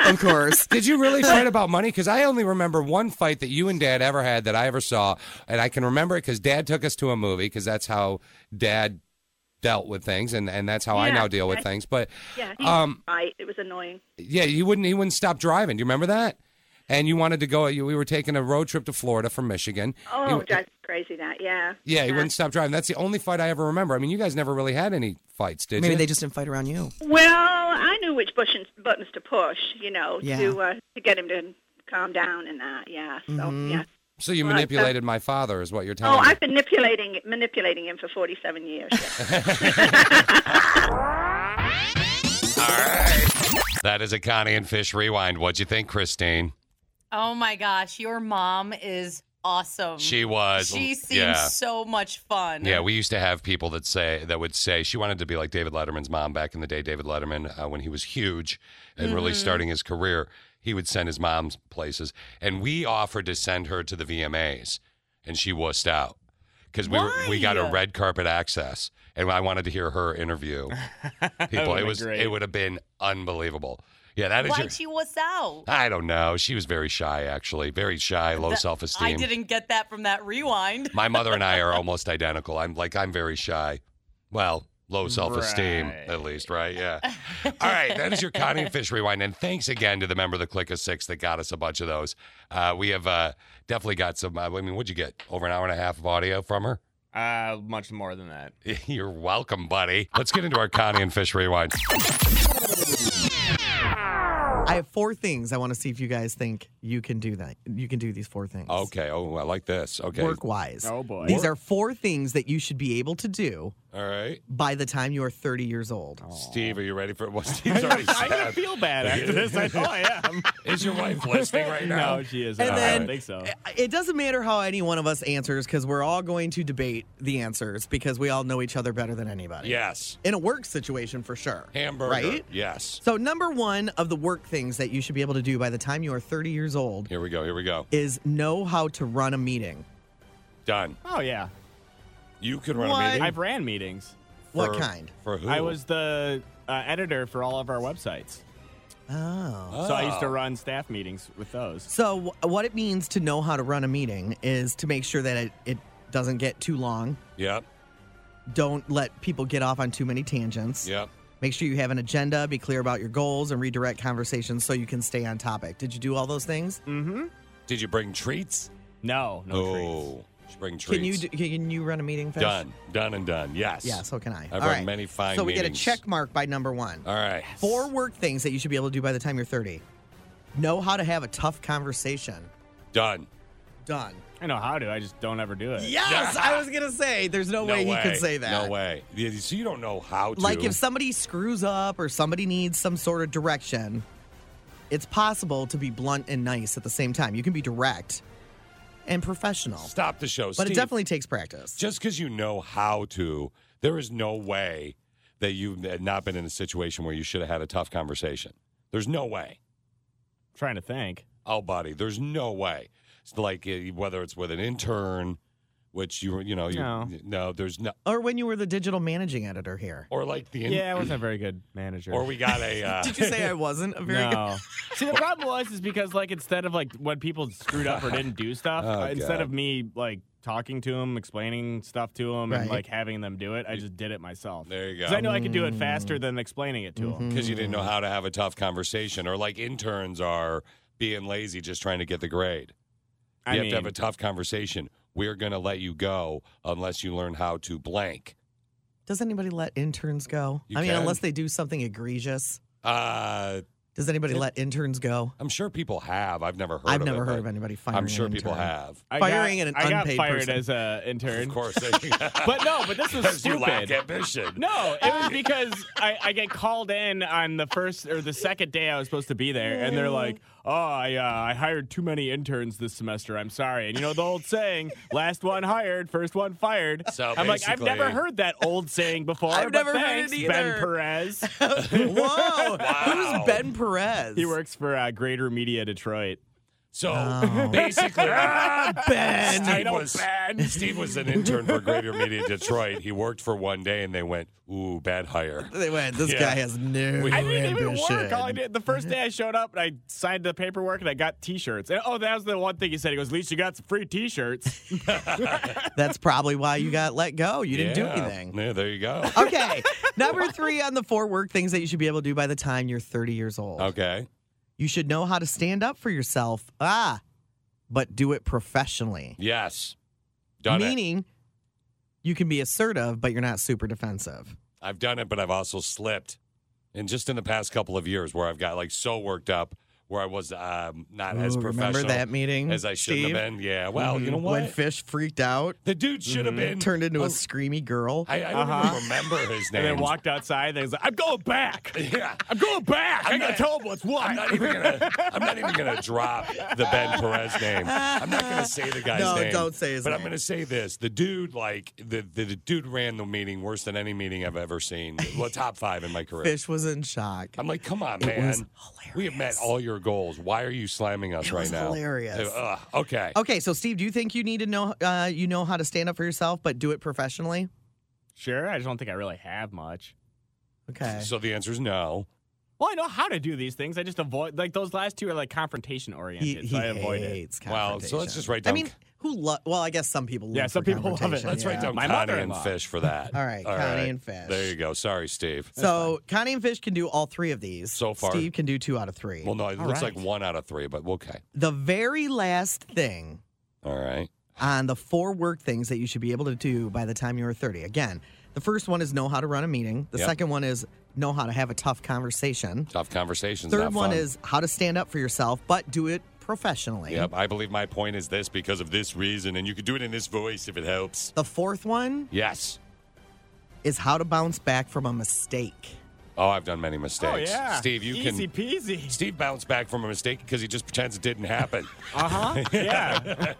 Of course.
Did you really fight about money? Because I only remember one fight that you and Dad ever had that I ever saw, and I can remember it because Dad took us to a movie because that's how Dad dealt with things, and, and that's how I
Yeah,
now deal with
I-
things. But
yeah, he
um,
right. It was annoying.
yeah, you wouldn't he wouldn't stop driving. Do you remember that? And you wanted to go. You, we were taking a road trip to Florida from Michigan. He-
Oh, that's crazy. That yeah.
yeah, he wouldn't stop driving. That's the only fight I ever remember. I mean, you guys never really had any fights, did
Maybe
you?
they just didn't fight around you.
Well, I knew which buttons buttons to push, you know,
Yeah.
to uh, to get him to calm down and that. Yeah. So
Mm-hmm.
Mm-hmm.
yeah.
So you
Well, I-
manipulated my father, is what you're telling
Oh,
me.
I've been manipulating manipulating him for forty seven years.
That is a Connie and Fish rewind. What'd you think, Christine?
Oh my gosh, your mom is awesome.
She was.
She seems
yeah.
so much fun.
Yeah, we used to have people that say that would say she wanted to be like David Letterman's mom back in the day. David Letterman, uh, when he was huge and really
Mhm.
starting his career, he would send his mom's places, and we offered to send her to the VMAs, and she wussed out because we were, we got a
Why?
red carpet access, and I wanted to hear her interview people.
would've
it
been
was
great.
it would have been unbelievable. Yeah, that is.
Why'd
your-
she was out?
I don't know. She was very shy, actually, very shy, low
That-
self
I
esteem.
didn't get that from that rewind.
My mother and I are almost identical. I'm like I'm very shy. Well, low self-esteem at least, right? Yeah. All right, that is your Connie and Fish rewind, and thanks again to the member of the Click of Six that got us a bunch of those. Uh, we have uh, definitely got some. Uh, I mean, what'd you get? Over an hour and a half of audio from her.
Uh, much more than that.
You're welcome, buddy. Let's get into our Connie and Fish rewind.
I have four things I want to see if you guys think you can do that. You can do these four things.
Okay. Oh, I like this. Okay.
Work wise.
Oh, boy.
These are four things that you should be able to do
All right.
by the time you are 30 years old.
Oh.
Steve, are you ready for? Well, Steve's already.
I'm gonna
sad.
feel bad after this. I, oh, I am.
Is your wife listening right now?
No, she isn't.
And
I
then-
don't think
eh,
so.
It doesn't matter how any one of us answers because we're all going to debate the answers because we all know each other better than anybody.
Yes.
In a work situation, for sure.
Hamburger.
Right?
Yes.
So, number one of the work things that you should be able to do by the time you are 30 years old
Here we go. Here we go.
is know how to run a meeting.
Done.
Oh yeah.
You can run a meeting.
I've ran meetings.
What
For-
kind?
For who?
I was the uh, editor for all of our websites,
Oh.
so I used to
Oh.
run staff meetings with those.
So, wh- what it means to know how to run a meeting is to make sure that it, it doesn't get too long.
Yep.
Don't let people get off on too many tangents.
Yep.
Make sure you have an agenda, be clear about your goals, and redirect conversations so you can stay on topic. Did you do all those things?
Mm-hmm.
Did you bring treats?
No, no treats.
oh, treats. bring treats.
Can you do, can you run a meeting? Fish?
done, done, and done. Yes.
Yeah. So can I?
I've
All
run
right.
many fine.
So we get a
meetings.
check mark by number one.
All right.
Four work things that you should be able to do by the time you're 30. Know how to have a tough conversation.
Done.
Done.
I know how to. I just don't ever do it.
Yes, I was gonna say. There's no,
No
way, he could say that.
No way. Yeah, So you don't know how Oh, to.
Like if somebody screws up or somebody needs some sort of direction, it's possible to be blunt and nice at the same time. You can be direct, and professional.
Stop the show.
But it
Steve.
definitely takes practice.
Just because you know how to, there is no way that you've not been in a situation where you should have had a tough conversation. There's no way.
trying to think.
Oh, buddy, there's no way. It's like uh, whether it's with an intern, which you you know you
No.
no there's no
Or when you were the digital managing editor here.
or like the
Yeah, I wasn't a very good manager.
Or we got a. Uh,
Did you say I wasn't a very good-
no. See, the problem was is because like instead of like when people screwed up or didn't do stuff,
Oh,
uh, instead
God.
of me like talking to them, explaining stuff to them,
Right.
and like having them do it, I just did it myself.
There you go.
Because I knew I could do it
Mm.
faster than explaining it to
Mm-hmm.
them.
because you didn't
Hmm.
know how to have a tough conversation, or like interns are being lazy, just trying to get the grade. You
I
have to have
mean-
a tough conversation. We're going to let you go unless you learn how to blank.
Does anybody let interns go?
You
I mean,
can.
unless they do something egregious.
Uh,
Does anybody
Did-
let interns go?
I'm sure people have. I've never heard.
I've
of
never
it,
heard
but
of anybody
I'm
firing
sure
an
people
intern.
have.
I
Firing
got,
an
I got
unpaid
fired
person.
as an intern.
Of course.
but no, but this was
Because you
stupid.
lack ambition.
No, it was because I, I get called in on the first or the second day I was supposed to be there, and
Mm.
they're like, "Oh, I, uh, I hired too many interns this semester. I'm sorry." And you know the old saying, "Last one hired, first one fired."
So
I'm like, I've never
basically-
heard that old saying before.
I've
but
never heard it
thanks,
either.
Ben Perez.
Whoa.
Wow.
Who's Ben Perez?
He works for uh, Greater Media Detroit.
So basically,
Ben.
Oh. Ah, I
Steve
know
was,
Ben.
Steve was an intern for Greater Media Detroit. He worked for one day, and they went, "Ooh, bad hire."
They went, this
Yeah.
guy has no
We-
I didn't even
ambition.
work. All I did, the first day I showed up, and I signed the paperwork and I got T-shirts. And, oh, that was the one thing he said. He goes, "At least you got some free T-shirts."
That's probably why you got let go. You didn't do
Yeah.
anything.
Yeah, there you go.
Okay.
Number three on the four work things that you should be able to do by the time you're 30 years old.
Okay.
You should know how to stand up for yourself. Ah, but do it professionally.
Yes. Done it.
Meaning, you can be assertive, but you're not super defensive.
I've done it, but I've also slipped. And just in the past couple of years, where I've got like so worked up, where I was um, not as
Ooh,
professional
remember that meeting,
as I shouldn't
Steve? Mm-hmm.
have been. Yeah. Well, you know what?
When Fish freaked out, mm-hmm,
the dude should have been
turned into a
Oh,
screamy girl.
I, I don't
Uh-huh.
even remember his name.
and then walked outside. And he was like, "I'm going back.
Yeah.
I'm going back.
I'm
I'm I got
not-
to tell him what's what."
I'm not even gonna. I'm not even gonna drop the Ben Perez name. I'm not gonna say the guy's
No,
name.
don't say his
But I'm
name.
gonna say this: the dude, like the, the the dude, ran the meeting worse than any meeting I've ever seen. Well, top five in my career.
Fish was in shock.
I'm like, come on,
It
man.
was
we have met all your goals. Why are you slamming us
It
right
was
now?
hilarious.
Ugh, okay.
Okay, so Steve, do you think you need to know uh, you know how to stand up for yourself, but do it professionally?
sure, I just don't think I really have much.
Okay.
So the answer is no.
Well, I know how to do these things. I just avoid like those last two are like confrontation
He,
oriented.
he
so I avoid it.
hates
Wow, so let's
confrontation.
just write
I
down-
mean, who love? Well, I guess some people.
Yeah,
live
some
for
people love it.
confrontation,
Let's write
yeah.
down
My
Connie and
mother-in-law.
Fish for that.
All right, Connie and Fish.
There you go. Sorry, Steve.
So Connie and Fish can do all three of these.
So far.
Steve can do two out of three.
Well, no, it looks
right.
like one out of three, but okay.
the very last thing
All right.
on the four work things that you should be able to do by the time you're 30. Again, the first one is know how to run a meeting. The
Yep.
second one is know how to have a tough conversation.
Tough conversations.
Third
not
one
fun.
is how to stand up for yourself, but do it professionally.
Yep, I believe my point is this because of this reason, and you can do it in this voice if it helps.
The fourth one
Yes.
is how to bounce back from a mistake.
Oh, I've done many mistakes.
Oh yeah,
Steve, you
easy
can.
peasy.
Steve bounced back from a mistake because he just pretends it didn't happen.
Uh
Uh-huh.
huh. Yeah.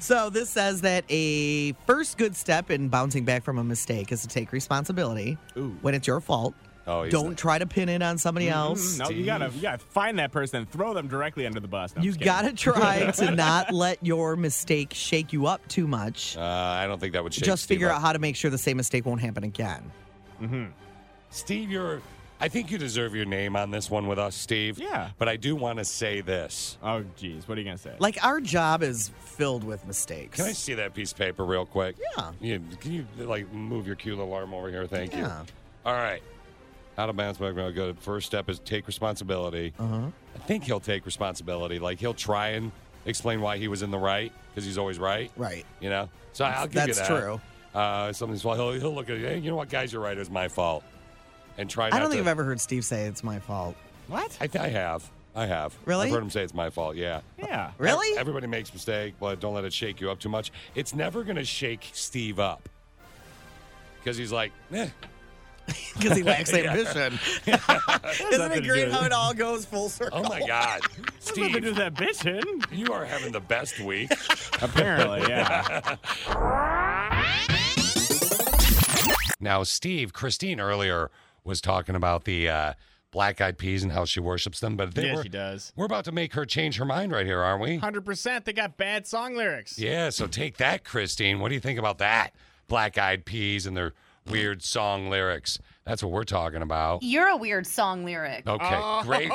So this says that a first good step in bouncing back from a mistake is to take responsibility
Ooh.
when it's your fault.
Oh, he's
Don't try to pin it on somebody
Mm-hmm.
else.
no, you gotta you gotta find that person and throw them directly under the bus. No, I'm
You
just kidding.
gotta try to not let your mistake shake you up too much.
Uh, I don't think that would shake
Just
Steve
figure
up.
out how to make sure the same mistake won't happen again.
Steve, you're. I think you deserve your name on this one with us, Steve.
Yeah.
But I do want to say this.
Oh geez, what are you gonna say?
Like our job is filled with mistakes.
Can I see that piece of paper real quick?
Yeah.
You, can you like move your cue alarm over here? Thank you.
Yeah.
All right. How to bounce back? Good. First step is take responsibility. Uh-huh. I think he'll take responsibility. Like he'll try and explain why he was in the right because he's always right.
Right.
You know. So I'll give you that.
That's true.
Uh, something's well, he'll, he'll look at it. Hey, you know what, guys, you're right. It was my fault. And try. Not
I don't think
to,
I've ever heard Steve say it's my fault.
what?
I, th- I have. I have.
Really?
I've heard him say it's my fault. Yeah.
Yeah.
Really?
Everybody makes mistake, but don't let it shake you up too much. It's never going to shake Steve up because he's like, eh,
Because he lacks ambition. Isn't
nothing to
it
do
great
with
how
it.
it all goes full circle?
oh my god,
Nothing to do
Steve,
with ambition.
you are having the best week.
Apparently, yeah.
Now, Steve, Christine earlier was talking about the uh, black eyed peas and how she worships them, but they
Yeah,
were-
she does.
We're about to make her change her mind right here, aren't we?
100%. They got bad song lyrics.
Yeah, so take that, Christine. What do you think about that? Black eyed peas and their weird song lyrics. That's what we're talking about.
You're a weird song lyric.
Okay,
Oh,
Oh,
great.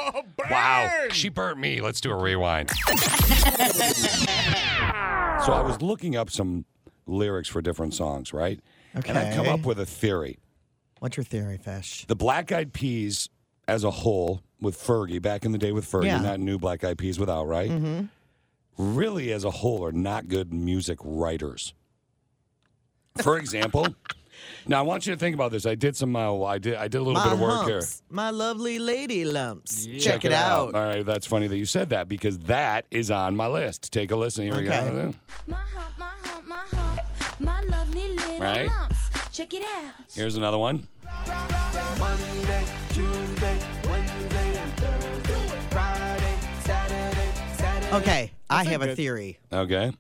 Wow, she burnt me. Let's do a rewind.
So I was looking up some lyrics for different songs, right? And I come
Okay.
up with a theory.
What's your theory, Fish?
The Black Eyed Peas as a whole with Fergie, back in the day with Fergie,
Yeah.
not new Black Eyed Peas without, right?
Mm-hmm.
Really, as a whole, are not good music writers. For example, now I want you to think about this. I did some, uh, I did, I did a little
my
bit of work here.
humps, My lovely lady lumps. Uh-huh. Check, it out.
All right, that's funny that you said that because that is on my list. Take a listen. Here we go.
Okay.
My lovely little
Right.
lumps. Check it out.
Here's another one.
Monday, Tuesday, Wednesday, and Thursday, Friday, Saturday, Saturday.
Okay, I
That's
have
not
a
good.
theory.
Okay.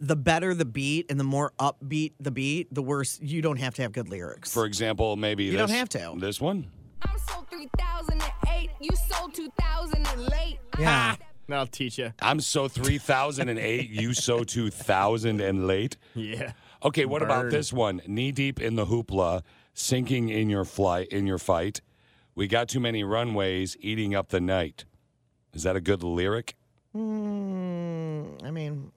The better the beat and the more upbeat the beat, the worse you don't have to have good lyrics.
For example, maybe
You
this,
don't have to.
This one.
I'm sold 3008, you sold 2000 and late.
Yeah.
Ah, I'll teach you.
I'm so 3008, you so 2000 and late.
Yeah.
Okay, what about
Burn.
this one? Knee deep in the hoopla, sinking in your fly in your fight. We got too many runways eating up the night. Is that a good lyric?
Mm, I mean,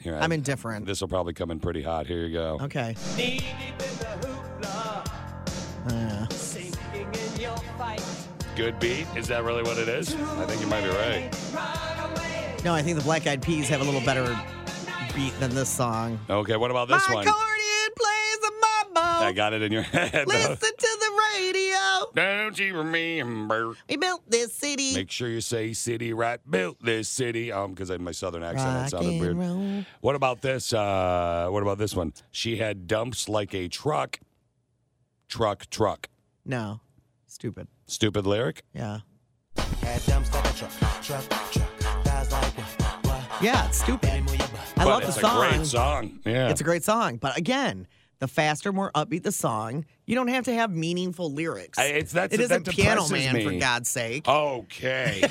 Here,
I'm indifferent.
This will probably come in pretty hot. Here you go.
okay. Uh,
Good beat. Is that really what it is? I think you might be right.
no, I think the Black Eyed Peas have a little better beat than this song.
Okay, what about Oh, this
My
one?
accordion plays a
I
mambo.
got it in your head. though.
Listen to the radio.
Don't you remember?
We built this city.
Make sure you say city right. Built this city. Um, because in my southern accent
Rock
it sounded
and
weird.
roll.
What about this? Uh, what about this one? She had dumps like a truck. Truck, truck.
No, stupid.
Stupid lyric.
Yeah.
Had dumps like a truck, truck, truck. Thighs like what, what?
Yeah, it's stupid. I
But
love
it's
the
a
song.
great song. Yeah.
It's a great song. But again, the faster, more upbeat the song, you don't have to have meaningful lyrics.
I- it's that's
it
that
isn't Piano
depresses
Man,
me.
for God's sake.
Okay,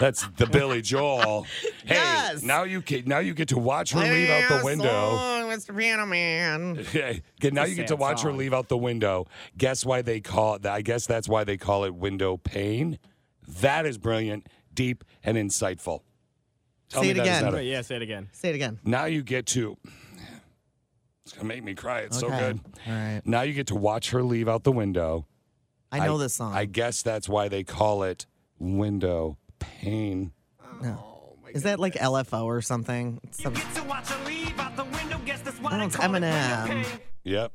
that's the Billy Joel. Hey,
Yes.
now you can now you get to watch her leave out the window.
Mr. Piano Man.
Okay, now you get to
sad
watch her
song.
leave out the window. Guess why they call it? I guess that's why they call it window pane. That is brilliant, deep, and insightful. Tell
Say
me
it
that is
again.
not a-
Wait,
Yeah, say it again.
Say it again.
now you get to. It's gonna make me cry. It's so
Okay.
good.
All right.
Now you get to watch her leave out the window.
I know this song.
I guess that's why they call it window pane.
No. Is that like LFO or something? It's some- I don't know,
Hmm.
it's Eminem.
Yep.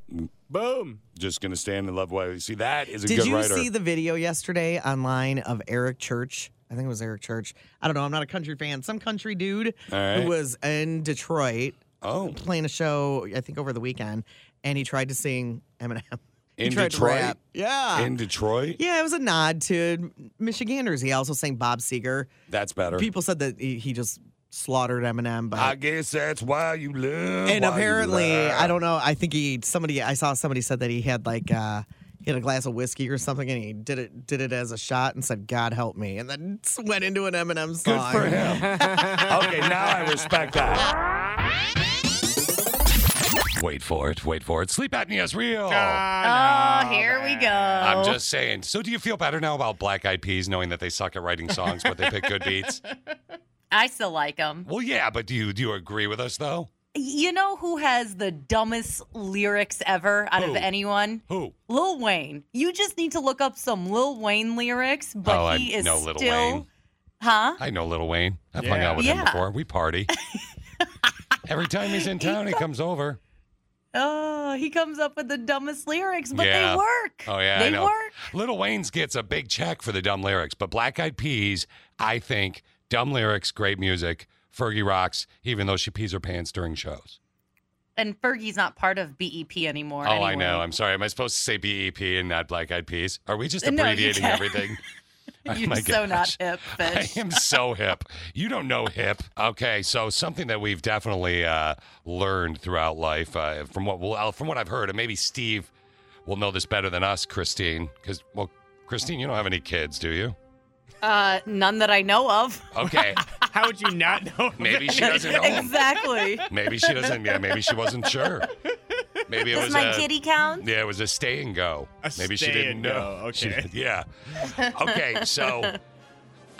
Boom.
Just gonna stand in love. Why? See, that is a
Did
good
you
writer.
see the video yesterday online of Eric Church? I think it was Eric Church. I don't know. I'm not a country fan. Some country dude
All right.
who was in Detroit
oh.
playing a show, I think over the weekend, and he tried to sing Eminem. He
in
tried to
Detroit?
rap. Yeah.
In Detroit?
yeah, it was a nod to Michiganders. He also sang Bob Seger.
That's better.
People said that he, he just slaughtered Eminem, but
I guess that's why you live.
and
Uh, why you
apparently,
laugh.
I don't know. I think he somebody I saw somebody said that he had like uh he had a glass of whiskey or something, and he did it did it as a shot and said, "God help me," and then s- went into an Eminem song.
for him. okay, now I respect that.
Wait for it, wait for it. Sleep apnea is real.
Oh, here we go.
I'm just saying. So, do you feel better now about Black Eyed Peas knowing that they suck at writing songs, but they pick good beats?
I still like them.
Well, yeah, but do you do you agree with us though?
You know who has the dumbest lyrics ever out
Who?
of anyone?
Who?
Lil Wayne. You just need to look up some Lil Wayne lyrics, but
Oh, I
he is
know Lil
still,
Wayne.
huh?
I know Little Wayne. I've hung
Yeah.
out with him
Yeah.
before. We party. Every time he's in town, he comes over.
Oh, he comes up with the dumbest lyrics, but
Yeah.
they work.
Oh yeah,
they
I know.
work.
Little Wayne's gets a big check for the dumb lyrics, but Black Eyed Peas, I think, dumb lyrics, great music. Fergie rocks, even though she pees her pants during shows.
And Fergie's not part of BEP anymore.
oh,
anyway.
E
I know. I'm sorry. Am I supposed to say BEP and not Black Eyed Peas? Are we just
No, you
abbreviating
can't.
everything?
Oh,
You're
my
so not
gosh.
hip,
I
fish.
am so hip. You don't know hip. Okay, so something that we've definitely uh, learned throughout life, uh, from what well, from what I've heard, and maybe Steve will know this better than us, Christine, because well, Christine, you don't have any kids, do you?
Uh, none that I know of.
Okay,
How would you not know?
maybe she doesn't know.
exactly.
Maybe she doesn't. Yeah, maybe she wasn't sure. Maybe it
Does
was
my
a,
kitty count?
Yeah, it was a stay and go.
A
maybe she
stay
didn't
and
know.
go,
She
okay.
did- yeah. Okay, so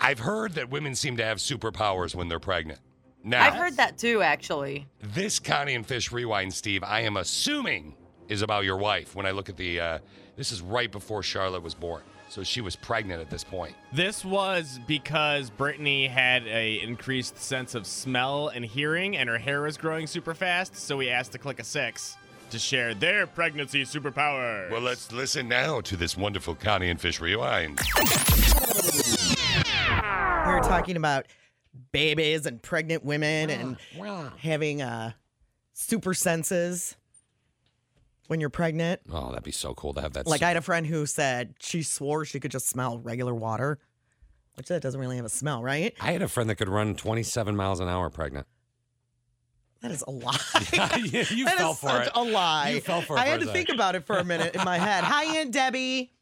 I've heard that women seem to have superpowers when they're pregnant. Now,
I've heard that too, actually.
this Connie and Fish rewind, Steve, I am assuming is about your wife. When I look at the, uh, this is right before Charlotte was born, so she was pregnant at this point.
This was because Brittany had a increased sense of smell and hearing, and her hair was growing super fast. So we asked to click a six to share their pregnancy superpower.
Well, let's listen now to this wonderful Connie and Fish rewind.
We were talking about babies and pregnant women and having uh, super senses when you're pregnant.
Oh, that'd be so cool to have that.
like I had a friend who said she swore she could just smell regular water, which that doesn't really have a smell, right?
I had a friend that could run 27 miles an hour pregnant.
That is a lie.
you
That
fell
is
for
such
it.
a lie.
You fell for it
I
for
had
a
to think
second.
about it for a minute in my head. Hi, Aunt Debbie.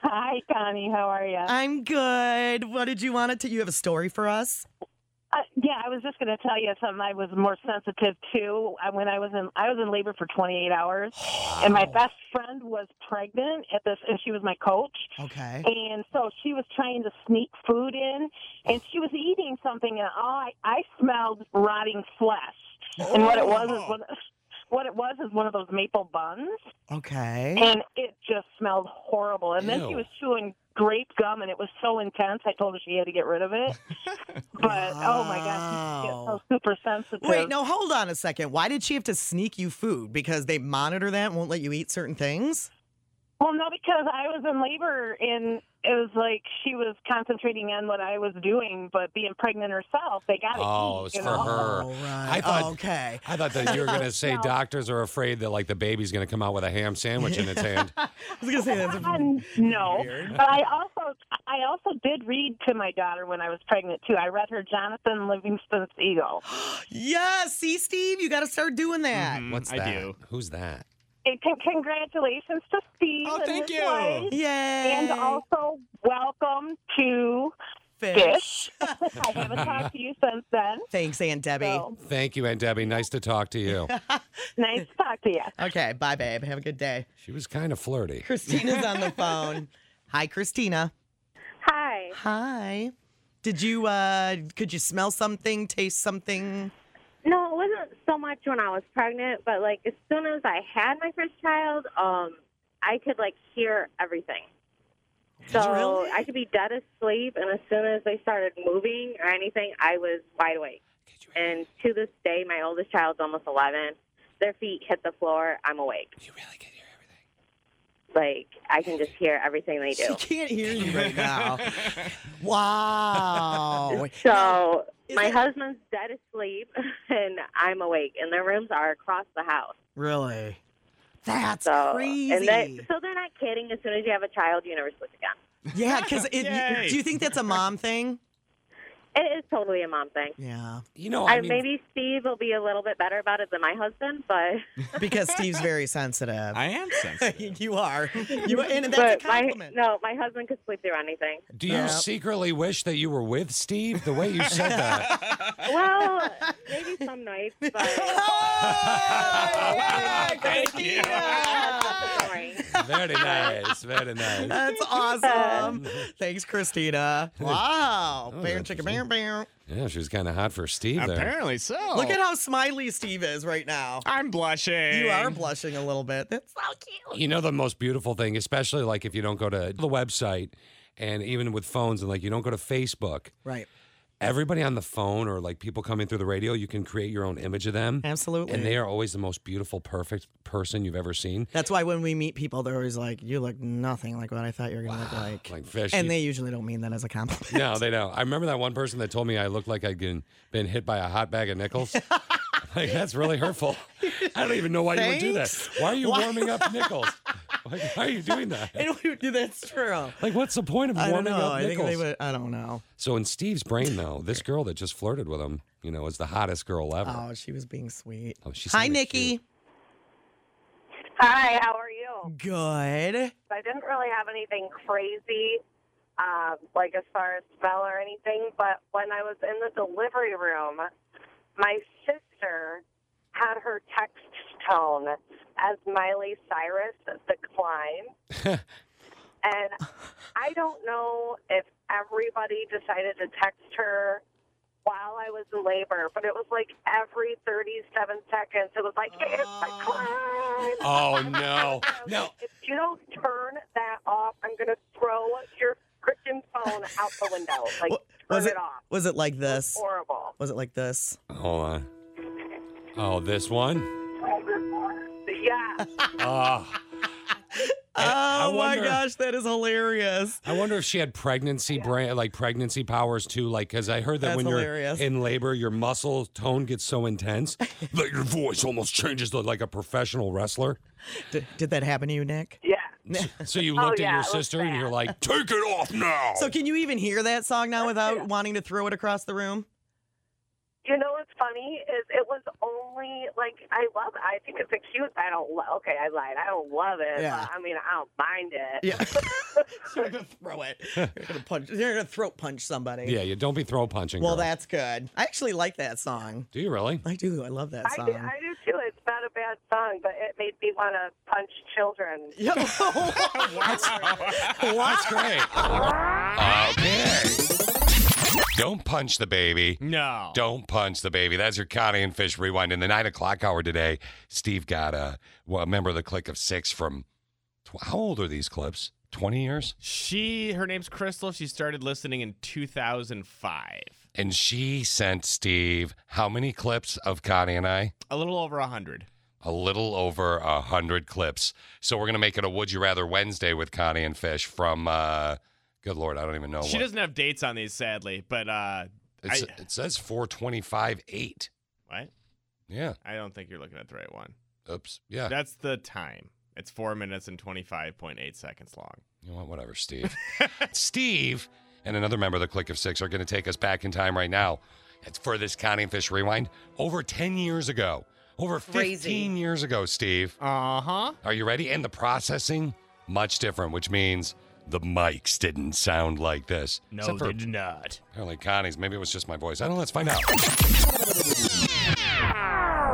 Hi, Connie. How are you?
I'm good. What did you want it to? You have a story for us?
Uh, yeah, I was just going to tell you something I was more sensitive to Uh, when I was in I was in labor for 28 hours, and my best friend was pregnant at this, and she was my coach.
Okay.
And so she was trying to sneak food in, and she was eating something, and all I, I smelled rotting flesh. And what it was
Oh.
is one, what it was is one of those maple buns.
Okay.
And it just smelled horrible. And then she
Ew.
was chewing grape gum, and it was so intense. I told her she had to get rid of it. but oh my gosh, she gets so super sensitive.
Wait, no, hold on a second. Why did she have to sneak you food? Because they monitor that and won't let you eat certain things?
Well, no, because I was in labor, and it was like she was concentrating on what I was doing, but being pregnant herself, they got to
Oh,
eat.
it was
you
for
know?
her. I thought,
Oh.
okay.
I thought that you were going to say doctors are afraid that like the baby's going to come out with a ham sandwich in its hand.
I was gonna say that's
Um, no, but I also I also did read to my daughter when I was pregnant too. I read her Jonathan Livingston's Eagle.
Yes. See, Steve, you got to start doing that.
What's
Mm-hmm.
that? Who's that?
And con- congratulations to Steve. Oh,
thank
his
you.
Wife.
Yay.
And also, welcome to
Fish.
Fish. I haven't talked to you since then.
Thanks, Aunt Debbie.
Thank you, Aunt Debbie. Nice to talk to you.
Nice to talk to you.
Okay, bye, babe. Have a good day.
She was kind of flirty.
Christina's on the phone. Hi, Christina.
Hi.
Hi. Did you, uh, could you smell something, taste something?
No, it wasn't so much when I was pregnant, but like as soon as I had my first child, um, I could like hear everything. So
Really?
I could be dead asleep, and as soon as they started moving or anything, I was wide awake. And to this day, my oldest child's almost 11. Their feet hit the floor. I'm awake. You really can hear everything. Like I can just hear everything they do.
She can't hear you right now. wow.
So my husband's dead asleep, and I'm awake, and their rooms are across the house.
Really? That's
so,
crazy.
And they, so they're not kidding. As soon as you have a child, you never sleep again.
Yeah, because it.
Yay.
You, do you think that's a mom thing?
It is totally a mom thing.
Yeah.
You
I- maybe Steve will be a little bit better about it than my husband, but
because Steve's very sensitive. I
am
sensitive. you are. You and that's
but
a compliment.
My, no, my husband could sleep through anything.
Do you secretly wish that you were with Steve? The way you said that.
well, maybe some nights, but
Thank you.
Very nice. Very nice.
That's awesome. Thanks, Christina.
Oh,
Wow. Bam, chicka, bam, bam.
Yeah, she was kind of hot for Steve there.
Apparently so.
Oh.
Look at how smiley Steve is right now.
I'm blushing.
You are blushing a little bit. That's so
You know the most beautiful thing, especially like if you don't go to the website and even with phones and like you don't go to Facebook.
Right.
Everybody on the phone or like people coming through the radio, you can create your own image of them.
Absolutely.
And they are always the most beautiful, perfect person you've ever seen.
That's why when we meet people, they're always like, "You look nothing like what I thought you were gonna look like."
Like fish.
And they usually don't mean that as a compliment.
No, they don't. I remember that one person that told me I looked like I'd been, been hit by a hot bag of nickels. like that's really hurtful. I don't even know why you would do that.
Thanks.
Why are you
Why-
warming up nickels?
Like, why are you doing that?
and we would do that's true.
Like, what's the point of
I don't
warming
know.
up
I think they
nickels?
would. uh, I don't know.
So in Steve's brain, though, this girl that just flirted with him, you know, is the hottest girl ever.
Oh, she was being sweet.
Oh, she's
Hi, Nikki.
Hi, how are you?
Good.
I didn't really have anything crazy, um, like as far as smell or anything, but when I was in the delivery room, my sister had her text tone as Miley Cyrus decline. and I don't know if everybody decided to text her while I was in labor, but it was like every 37 seconds, it was like, it's decline.
Oh no, no.
If you don't turn that off, I'm going to throw your freaking phone out the window. Like, turn
Was
it,
it?
off.
Was it like this?
horrible.
Was it like this?
Hold on. uh, Oh, this one.
Yeah.
Uh.
Ah.
Oh my
wonder-
gosh, that is hilarious.
I wonder if she had pregnancy brain, like pregnancy powers too, like because I heard that
That's
when you're
hilarious.
in labor, your muscle tone gets so intense that your voice almost changes to like a professional wrestler.
Did, did that happen to you, Nick?
Yeah.
So you
Oh,
looked at
yeah, it
your
was
sister and you're like, "Take it off now."
So can you even hear that song now without wanting to throw it across the room?
You know what's funny is it was only like I love. It. I think it's a cute. I don't. Lo- okay, I lied. I don't love it.
Yeah.
But, I mean, I don't mind it.
Yeah. You're gonna throw it. You're gonna punch. You're gonna throat punch somebody.
yeah, you don't be throw punching.
Well,
girl.
that's good. I actually like that song.
Do you really?
I do. I love that
I
song.
do, I do too. It's not a bad song, but it made me want to punch children.
That's great. Okay. Don't punch the baby.
No.
Don't punch the baby. That's your Connie and Fish rewind. In the nine o'clock hour today, Steve got a, well, a member of the clique of six from, tw- how old are these clips? 20 years?
She, her name's Crystal. She started listening in 2005.
And she sent Steve how many clips of Connie and I?
A little over 100.
a little over a hundred clips. So we're gonna make it a Would You Rather Wednesday with Connie and Fish from. Uh, good lord, I don't even know.
she
Oh, what.
doesn't have dates on these, sadly, but uh,
It's,
I,
it says four twenty five eight.
what?
Yeah.
I don't think you're looking at the right one.
Oops. Yeah.
That's the time. It's four minutes and 25.8 seconds long.
You know what? Whatever, Steve. Steve and another member of the Click of Six are going to take us back in time right now. It's for this Connie and Fish rewind over 10 years ago. Over 15 years ago, Steve.
Uh huh.
Are you ready? And the processing, much different, which means the mics didn't sound like this.
No,
Except
they did not.
Apparently, Connie's. Maybe it was just my voice. I don't know. Let's find out.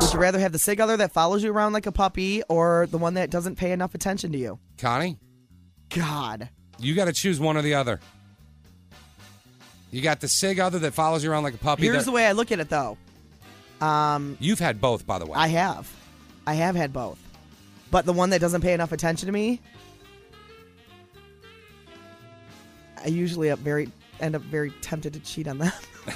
Would you rather have the sig other that follows you around like a puppy or the one that doesn't pay enough attention to you?
Connie,
God.
you got to choose one or the other. You got the sig other that follows you around like a puppy.
Here's
that-
the way I look at it though. Um,
You've had both, by the way.
I have. I have had both. But the one that doesn't pay enough attention to me, I usually up very end up very tempted to cheat on them.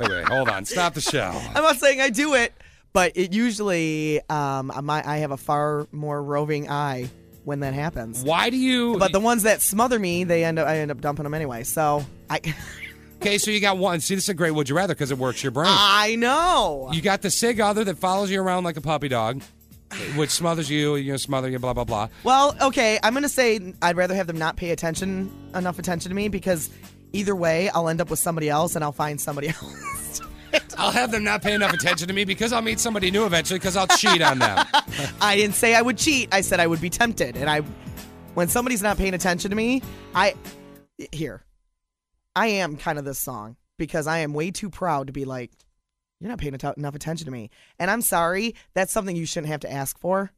Wait, wait, hold on. Stop the show.
I'm not saying I do it, but it usually um my I have a far more roving eye when that happens.
Why do you
But the ones that smother me, they end up I end up dumping them anyway. So I
Okay, so you got one. See, this is a great would you rather because it works your brain.
I know.
You got the sig other that follows you around like a puppy dog, which smothers you, you know, smother you, blah blah blah.
Well, okay, I'm gonna say I'd rather have them not pay attention enough attention to me because either way, I'll end up with somebody else and I'll find somebody else.
I'll have them not pay enough attention to me because I'll meet somebody new eventually because I'll cheat on them.
I didn't say I would cheat. I said I would be tempted, and I, when somebody's not paying attention to me, I, here, I am kind of this song because I am way too proud to be like, you're not paying atta- enough attention to me, and I'm sorry. That's something you shouldn't have to ask for,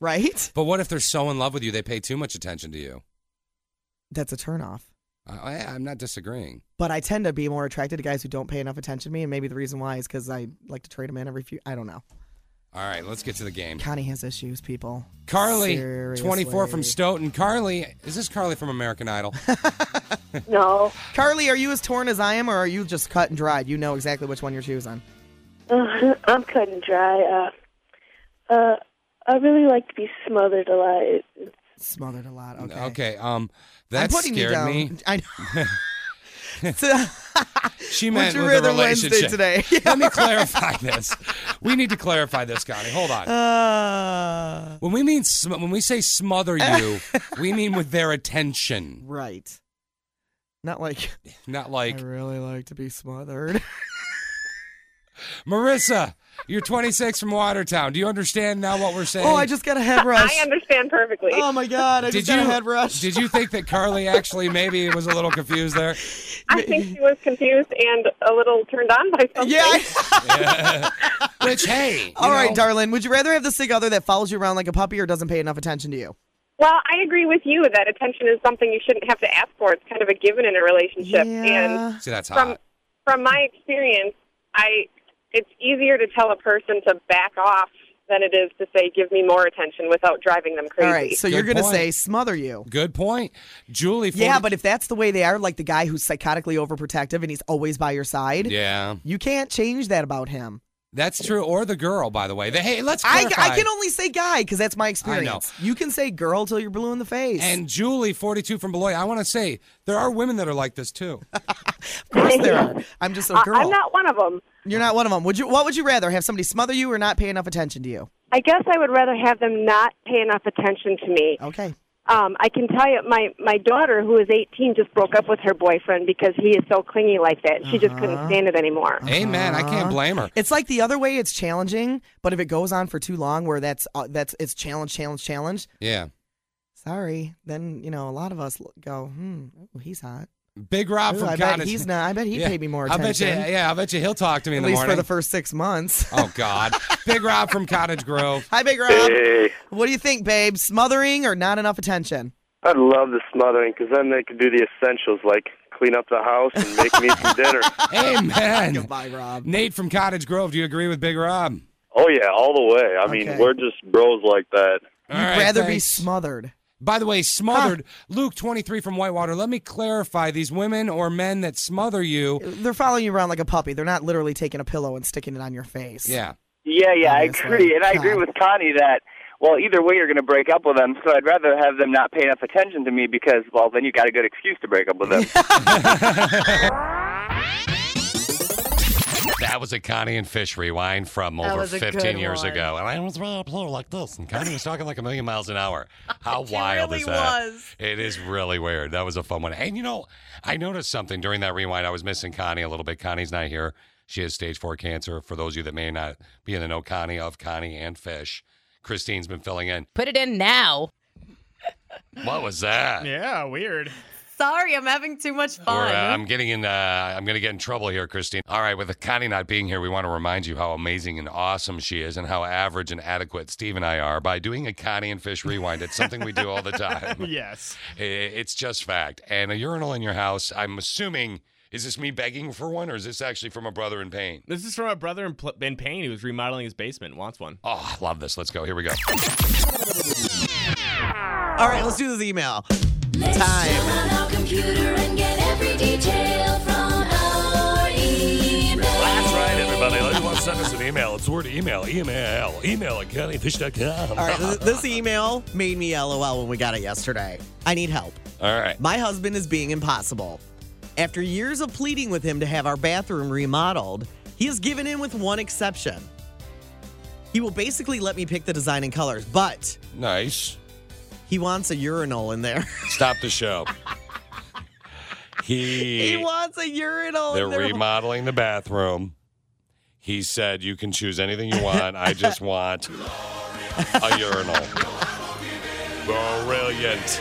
right?
But what if they're so in love with you they pay too much attention to you?
That's a turnoff.
I, I, I'm not disagreeing.
But I tend to be more attracted to guys who don't pay enough attention to me, and maybe the reason why is because I like to trade them in every few. I don't know.
All right, let's get to the game.
Connie has issues, people.
Carly,
Seriously.
24 from Stoughton. Carly, is this Carly from American Idol?
No. Carly, are you as torn as I am, or are you just cut and dried? You know exactly which one you're choosing.
Uh, I'm cut and dry. Uh, uh, I really like to be smothered a lot. It- it's-
Smothered a lot. Okay.
Okay, um, that
I'm putting you
scared
down.
me.
I know.
She
Would
meant
you
with the
rather Wednesday
relationship
today?
Let me clarify this. We need to clarify this, Connie. Hold on.
Uh,
when we mean sm- when we say smother you, we mean with their attention,
right. Not like
not like
I really like to be smothered.
Marissa. You're 26 from Watertown. Do you understand now what we're saying?
oh, I just got a head rush.
I understand perfectly.
Oh my god, I just got a head rush.
Did you think that Carly actually maybe was a little confused there?
I think she was confused and a little turned on by something.
Yeah.
Which hey,
All right, darling. Would you rather have this thing other that follows you around like a puppy or doesn't pay enough attention to you?
Well, I agree with you that attention is something you shouldn't have to ask for. It's kind of a given in a relationship. And
See, that's
from
hot.
from my experience, I it's easier to tell a person to back off than it is to say give me more attention without driving them crazy.
All right, so
Good
you're gonna
point.
say smother you.
Good point, Julie.
Yeah,
40
but if that's the way they are, like the guy who's psychotically overprotective and he's always by your side,
yeah,
you can't change that about him.
that's true. Or the girl, by the way. The, hey, let's
I,
clarify.
I can only say guy because that's my experience. You can say girl till you're blue in the face.
And Julie, 42 from Beloit, I want to say there are women that are like this too.
of course there are. I'm just a
I-
girl.
I'm not one of them.
You're not one of them. Would you? What would you rather have somebody smother you or not pay enough attention to you?
I guess I would rather have them not pay enough attention to me.
Okay.
Um, I can tell you, my my daughter, who is 18, just broke up with her boyfriend because he is so clingy like that. She just couldn't stand it anymore.
Amen. I can't blame her.
Uh-huh. It's like the other way. It's challenging, but if it goes on for too long, where that's uh, that's it's challenge, challenge, challenge.
Yeah.
Sorry, then you know a lot of us l- go, hmm, ooh, he's hot.
Big Rob
Ooh,
from
I bet
Cottage.
he's not. I bet he
Yeah.
paid me more
I bet you.
attention.
Yeah, I bet you he'll talk to me in
At
the
least for
morning.
the first six months.
oh God, Big Rob from Cottage Grove.
Hi, Big Rob. What do you think, babe? Smothering or not enough attention?
I'd love the smothering because then they could do the essentials like clean up the house and make me some dinner.
Amen.
Goodbye, Rob.
Nate from Cottage Grove. Do you agree with Big Rob?
Oh yeah, all the way. I mean,
Okay.
we're just bros like that.
All right,
Rather be
thanks.
smothered.
By the way, smothered. Luke twenty three from Whitewater. Let me clarify: these women or men that smother you.
They're following you around like a puppy. They're not literally taking a pillow and sticking it on your face.
Yeah.
Yeah, yeah, I
Obviously.
agree. And I agree with Connie that, well, either way, you're going to break up with them. So I'd rather have them not pay enough attention to me because, well, then you got a good excuse to break up with them.
That was a Connie and Fish rewind from
That
over
was a
15
good
years
one.
ago. And I was really up low like this, and Connie was talking like a million miles an hour. How wild
really
is that?
was.
It is really weird. That was a fun one. And you know, I noticed something during that rewind. I was missing Connie a little bit. Connie's not here. She has stage four cancer. For those of you that may not be in the know, Connie of Connie and Fish, Christine's been filling in.
Put it in now.
What was that?
Yeah, weird.
Sorry, I'm having too much
Or,
fun.
uh, I'm getting in. Uh, I'm going to get in trouble here, Christine. All right, with Connie not being here, we want to remind you how amazing and awesome she is, and how average and adequate Steve and I are by doing a Connie and Fish rewind. It's something we do all the time.
yes.
I- It's just fact. And a urinal in your house. I'm assuming. Is this me begging for one, or is this actually from a brother in pain?
This is from a brother in, pl- in pain who's remodeling his basement. Wants one.
Oh, love this. Let's go. Here we go.
All right, let's do this email. Time.
That's right, everybody. Let's want to send us an email. It's the word email, E email, email at ConnieFish.com.
All right, th- this email made me LOL when we got it yesterday. I need help.
All right.
My husband is being impossible. After years of pleading with him to have our bathroom remodeled, he has given in with one exception. He will basically let me pick the design and colors, but
Nice.
he wants a urinal in there.
Stop the show. He.
he wants a urinal.
They're
in there.
remodeling the bathroom. He said, "You can choose anything you want. I just want a urinal." Brilliant.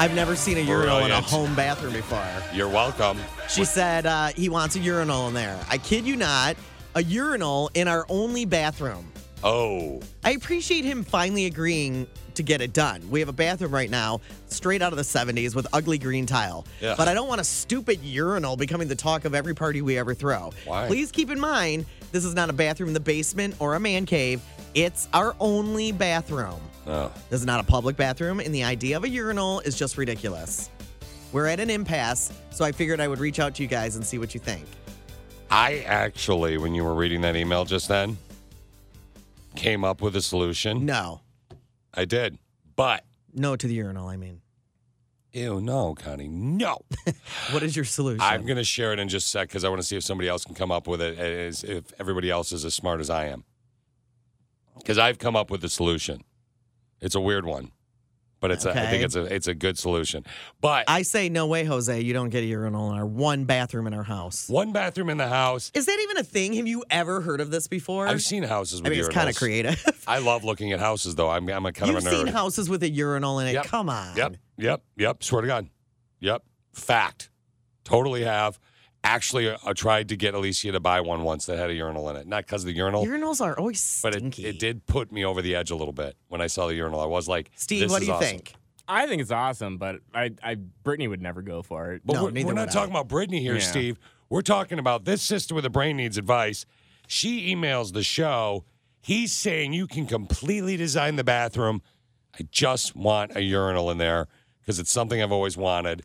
I've never seen a urinal in a
Brilliant.
home bathroom before.
You're welcome.
She said uh, he wants a urinal in there. I kid you not, a urinal in our only bathroom.
Oh,
I appreciate him finally agreeing to get it done. We have a bathroom right now, straight out of the 70s with ugly green tile.
Yeah.
But I don't want a stupid urinal becoming the talk of every party we ever throw.
Why?
Please keep in mind, this is not a bathroom in the basement or a man cave. It's our only bathroom.
Oh.
This is not a public bathroom, and the idea of a urinal is just ridiculous. We're at an impasse, so I figured I would reach out to you guys and see what you think.
I actually, when you were reading that email just then, came up with a solution.
No,
I did, but
no to the urinal, I mean.
Ew, no, Connie, no.
what is your solution?
I'm going to share it in just a sec because I want to see if somebody else can come up with it, as if everybody else is as smart as I am. Because I've come up with the solution. It's a weird one, but it's a, I
Okay.
think it's a it's a good solution. But
I say no way, Jose. You don't get a urinal in our one bathroom in our house.
One bathroom in the house.
Is that even a thing? Have you ever heard of this before?
I've seen houses
I
with
mean, it's kinda
urinals.
creative.
I love looking at houses, though. I'm, I'm a kind
You've
of a nerd.
seen houses with a urinal in it.
Yep.
Come on.
Yep. Yep. Yep. Swear to God. Yep. Fact. Totally have. Actually, I tried to get Alicia to buy one once that had a urinal in it. Not because of the urinal,
Urinals are always
but
stinky.
it, it did put me over the edge a little bit when I saw the urinal. I was like,
Steve,
this
what do
is
you
awesome.
think?
I think it's awesome, but I, I Brittany would never go for it.
But we're, we're not talking about Brittany here,
Yeah.
Steve. We're talking about this sister with a brain needs advice. She emails the show. He's saying you can completely design the bathroom. I just want a urinal in there because it's something I've always wanted,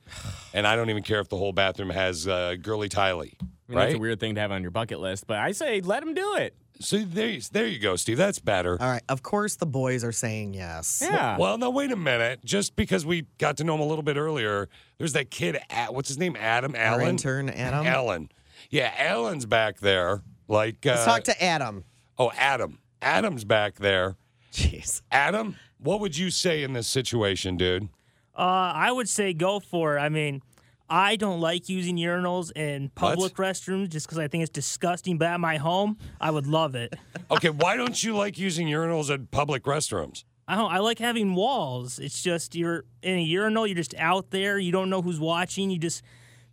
and I don't even care if the whole bathroom has uh, girly tiley.
I mean, that's a
Right?
weird thing to have on your bucket list, but I say let him do it.
So there, you- there you go, Steve. That's better.
All right. Of course, the boys are saying yes.
Well, now wait a minute. Just because we got to know him a little bit earlier, there's that kid. A- What's his name? Adam
Our
Allen.
intern, Adam.
Allen. Yeah, Allen's back there. Like, uh,
Let's talk to Adam.
oh, Adam. Adam's back there.
Jeez.
Adam, what would you say in this situation, dude?
Uh, I would say go for it. I mean, I don't like using urinals in public restrooms just because I think it's disgusting. But at my home, I would love it.
Okay, why don't you like using urinals at public restrooms?
I don't. I like having walls. It's just you're in a urinal. You're just out there. You don't know who's watching. You just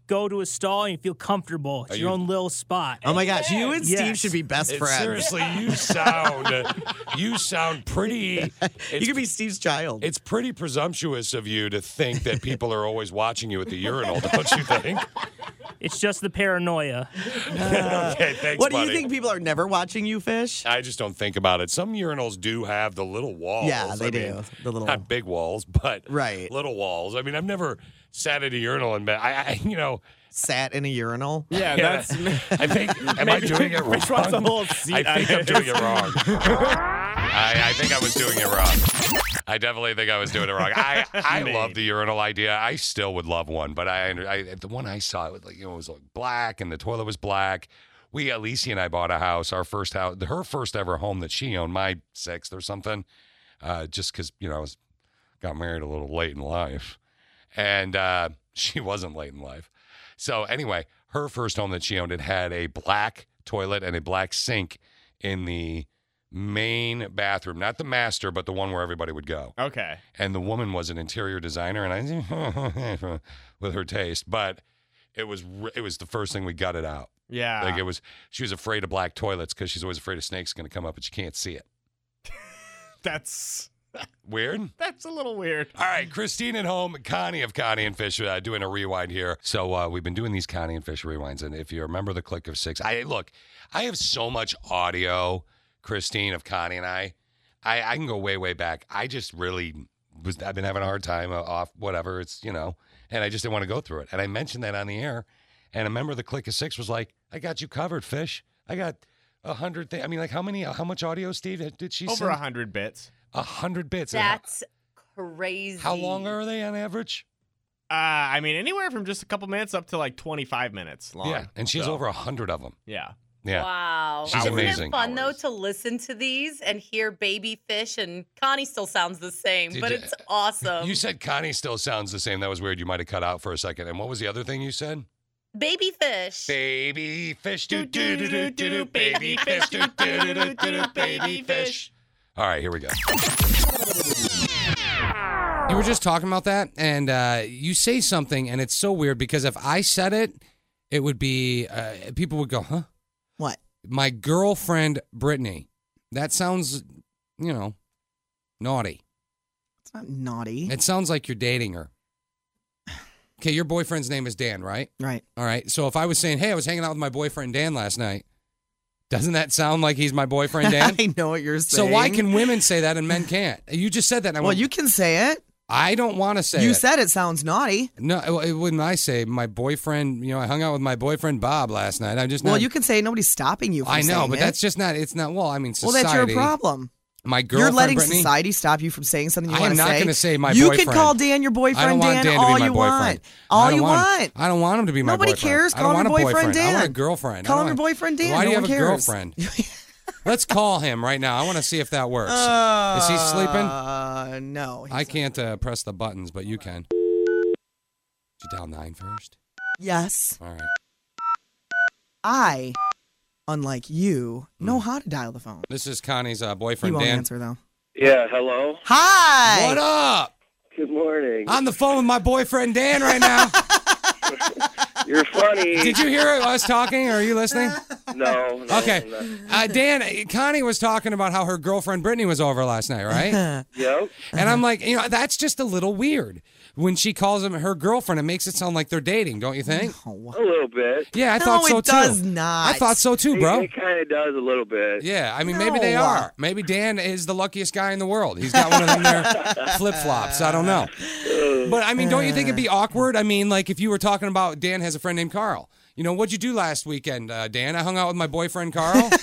go to a stall and you feel comfortable. It's
Are
your
you-
own little spot.
Oh my gosh, you and Steve
Yes.
should be best
It-
friends.
Seriously, you sound you sound pretty. You could
be Steve's child.
It's pretty presumptuous of you to think that people are always watching you at the urinal, don't you think?
It's just the paranoia.
okay, thanks,
Uh, what do
buddy.
you think? People are never watching you fish.
I just don't think about it. Some urinals do have the little walls.
Yeah, they
I
do.
mean,
The little-
not big walls, but
Right.
little walls. I mean, I've never sat at a urinal and been, I, I you know,
Sat in a urinal.
Yeah, that's- I think am I
Maybe-
doing it wrong?
Fish wants a whole seat
I
on
think I'm
it.
doing it wrong. I, I think I was doing it wrong. I definitely think I was doing it wrong. I, I
Maybe.
love the urinal idea. I still would love one, but I, I the one I saw it was like you know it was like black and the toilet was black. We Alicia and I bought a house, our first house, her first ever home that she owned, my sixth or something, uh, just because you know I was got married a little late in life and uh, she wasn't late in life. So anyway, her first home that she owned it had a black toilet and a black sink in the main bathroom, not the master, but the one where everybody would go.
Okay.
And the woman was an interior designer, and I with her taste, but it was r- it was the first thing we gutted out.
Yeah.
Like it was, she was afraid of black toilets because she's always afraid a snake's going to come up, and she can't see it.
That's
Weird.
that's a little weird.
All right, Christine at home, Connie of Connie and Fish uh, doing a rewind here. So uh, we've been doing these Connie and Fish rewinds, and if you remember the click of six, I look, I have so much audio, Christine of Connie and I, I, I can go way way back. I just really was I've been having a hard time uh, off whatever it's you know, and I just didn't want to go through it. And I mentioned that on the air, and a member of the click of six was like, "I got you covered, Fish. I got a hundred things. I mean, like how many? How much audio, Steve? Did she
Over
send?
a hundred bits.
A hundred bits. And how-
That's crazy.
how long are they on average?
Uh, I mean, anywhere from just a couple minutes up to like 25 minutes long.
Yeah, and she has
So,
over a hundred of them.
Yeah.
Yeah.
Wow.
She's
Isn't
amazing.
it fun though to listen to these and hear baby fish and Connie still sounds the same,
Did
but
you-
it's awesome.
You said Connie still sounds the same. That was weird. You might have cut out for a second. And what was the other thing you said?
baby fish.
Baby fish, do do do do do do, baby fish, do do do do do do, baby fish. All right, here we go.
You were just talking about that, and uh, you say something, and it's so weird because if I said it, it would be uh, people would go, "Huh?
What?
My girlfriend Brittany." That sounds, you know, naughty.
It's not naughty.
It sounds like you're dating her. Okay, your boyfriend's name is Dan, right?
Right.
All right. So if I was saying, "Hey, I was hanging out with my boyfriend Dan last night," doesn't that sound like he's my boyfriend Dan?
I know what you're
so
saying.
why can women say that and men can't? You just said that. And I
Well,
went,
you can say it.
I don't want to say.
you
it.
said it sounds naughty.
No, well, it wouldn't I say my boyfriend? You know, I hung out with my boyfriend Bob last night. I'm just
Well,
not,
you can say nobody's stopping you. From
I know,
saying
but
it.
that's just not. It's not. Well, I mean,
well,
society.
that's your problem.
my
You're
girlfriend.
letting
Brittany,
society stop you from saying something you
I
want
am
to say.
not gonna say my
You
boyfriend.
can call
I
Dan your
don't
boyfriend,
want
Dan,
Dan to be
all
my
you
boyfriend.
want.
I
All
don't
you
want.
want.
I don't want him to be my
Nobody
boyfriend.
cares.
I don't
Call him
want
your
a
boyfriend,
I want a
Dan.
girlfriend. I
Call
don't
him your
want-
boyfriend, Dan.
Why do
No
you have
one
a
cares.
girlfriend? Let's call him right now. I want to see if that works. Is he sleeping?
Uh, no.
I can't uh, press the buttons, but you can. Did you dial nine first?
Yes.
All right.
I, unlike you, know
Hmm.
how to dial the phone.
This is Connie's uh,
He
boyfriend,
won't
Dan.
answer though.
Yeah, hello.
Hi.
What up?
Good morning.
On the phone with my boyfriend Dan right now.
You're funny.
Did you hear us talking? Are you listening?
No. no
Okay.
no.
Uh, Dan, uh, Connie was talking about how her girlfriend Brittany was over last night, right?
Yep.
And I'm like, you know, that's just a little weird. When she calls him her girlfriend, it makes it sound like they're dating, don't you think?
A little bit.
Yeah, I thought so
it does
too.
not.
I thought so too,
It-
bro.
It, kind of does a little bit.
Yeah, I mean, maybe they
No.
are. Maybe Dan is the luckiest guy in the world. He's got one of them there flip flops. I don't know. But I mean, don't you think it'd be awkward? I mean, like if you were talking about Dan has a friend named Carl. You know, what'd you do last weekend, uh, Dan? I hung out with my boyfriend Carl.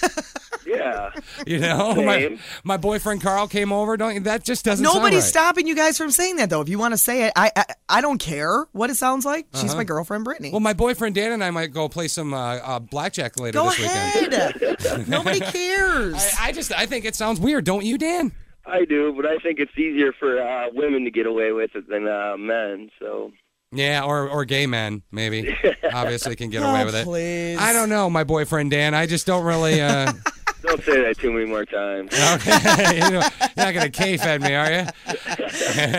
Yeah.
You know, my,
Same.
my boyfriend Carl came over. Don't you? That just doesn't. sound
Nobody's
right.
stopping you guys from saying that though. If you want to say it, I I, I don't care what it sounds like. She's
Uh-huh.
my girlfriend, Brittany.
Well, my boyfriend Dan and I might go play some uh, uh, blackjack later
Go
this
weekend. Nobody cares.
I, I just I think it sounds weird, don't you, Dan?
I do, but I think it's easier for uh, women to get away with it than uh, men. So
Yeah, or or gay men maybe obviously can get away
Oh,
with it.
please.
I don't know, my boyfriend Dan. I just don't really. Uh,
don't say that too many more times.
okay, you know, you're not gonna K fed me, are you?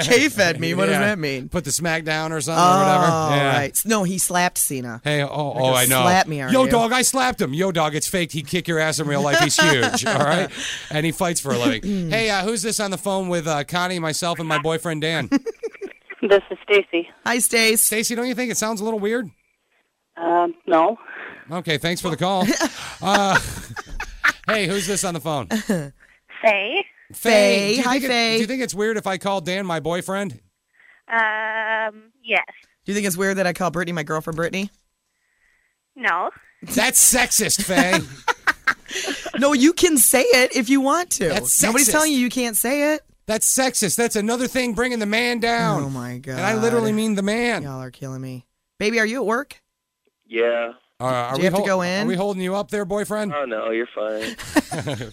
K fed me. What does that mean?
Put the smack down or something or whatever.
Oh,
Yeah.
right. No, he slapped Cena.
Hey, oh, oh,
gonna
I know.
slap me, aren't
Yo,
you?
dog, I slapped him. Yo, dog, it's faked. He kick your ass in real life. He's huge. all right, and he fights for a living. hey, uh, who's this on the phone with uh, Connie, myself, and my boyfriend Dan?
This is Stacy.
Hi, Stace.
Stacy, don't you think it sounds a little weird?
Um, no.
Okay, thanks for the call. Uh, hey, who's this on the phone?
Faye.
Faye. do you
Hi,
think it-
Faye.
do you think it's weird if I call Dan my boyfriend?
Um, yes.
Do you think it's weird that I call Brittany my girlfriend, Brittany?
No.
That's sexist, Faye.
no, you can say it if you want to.
That's
Nobody's
sexist.
telling you you can't say it.
That's sexist. That's another thing bringing the man down.
Oh my god!
And I literally mean the man.
Y'all are killing me, baby. Are you at work?
Yeah.
Uh, are
Do
we
you have to
hol-
go
Are
in?
we holding you up there, boyfriend?
Oh no, you're fine.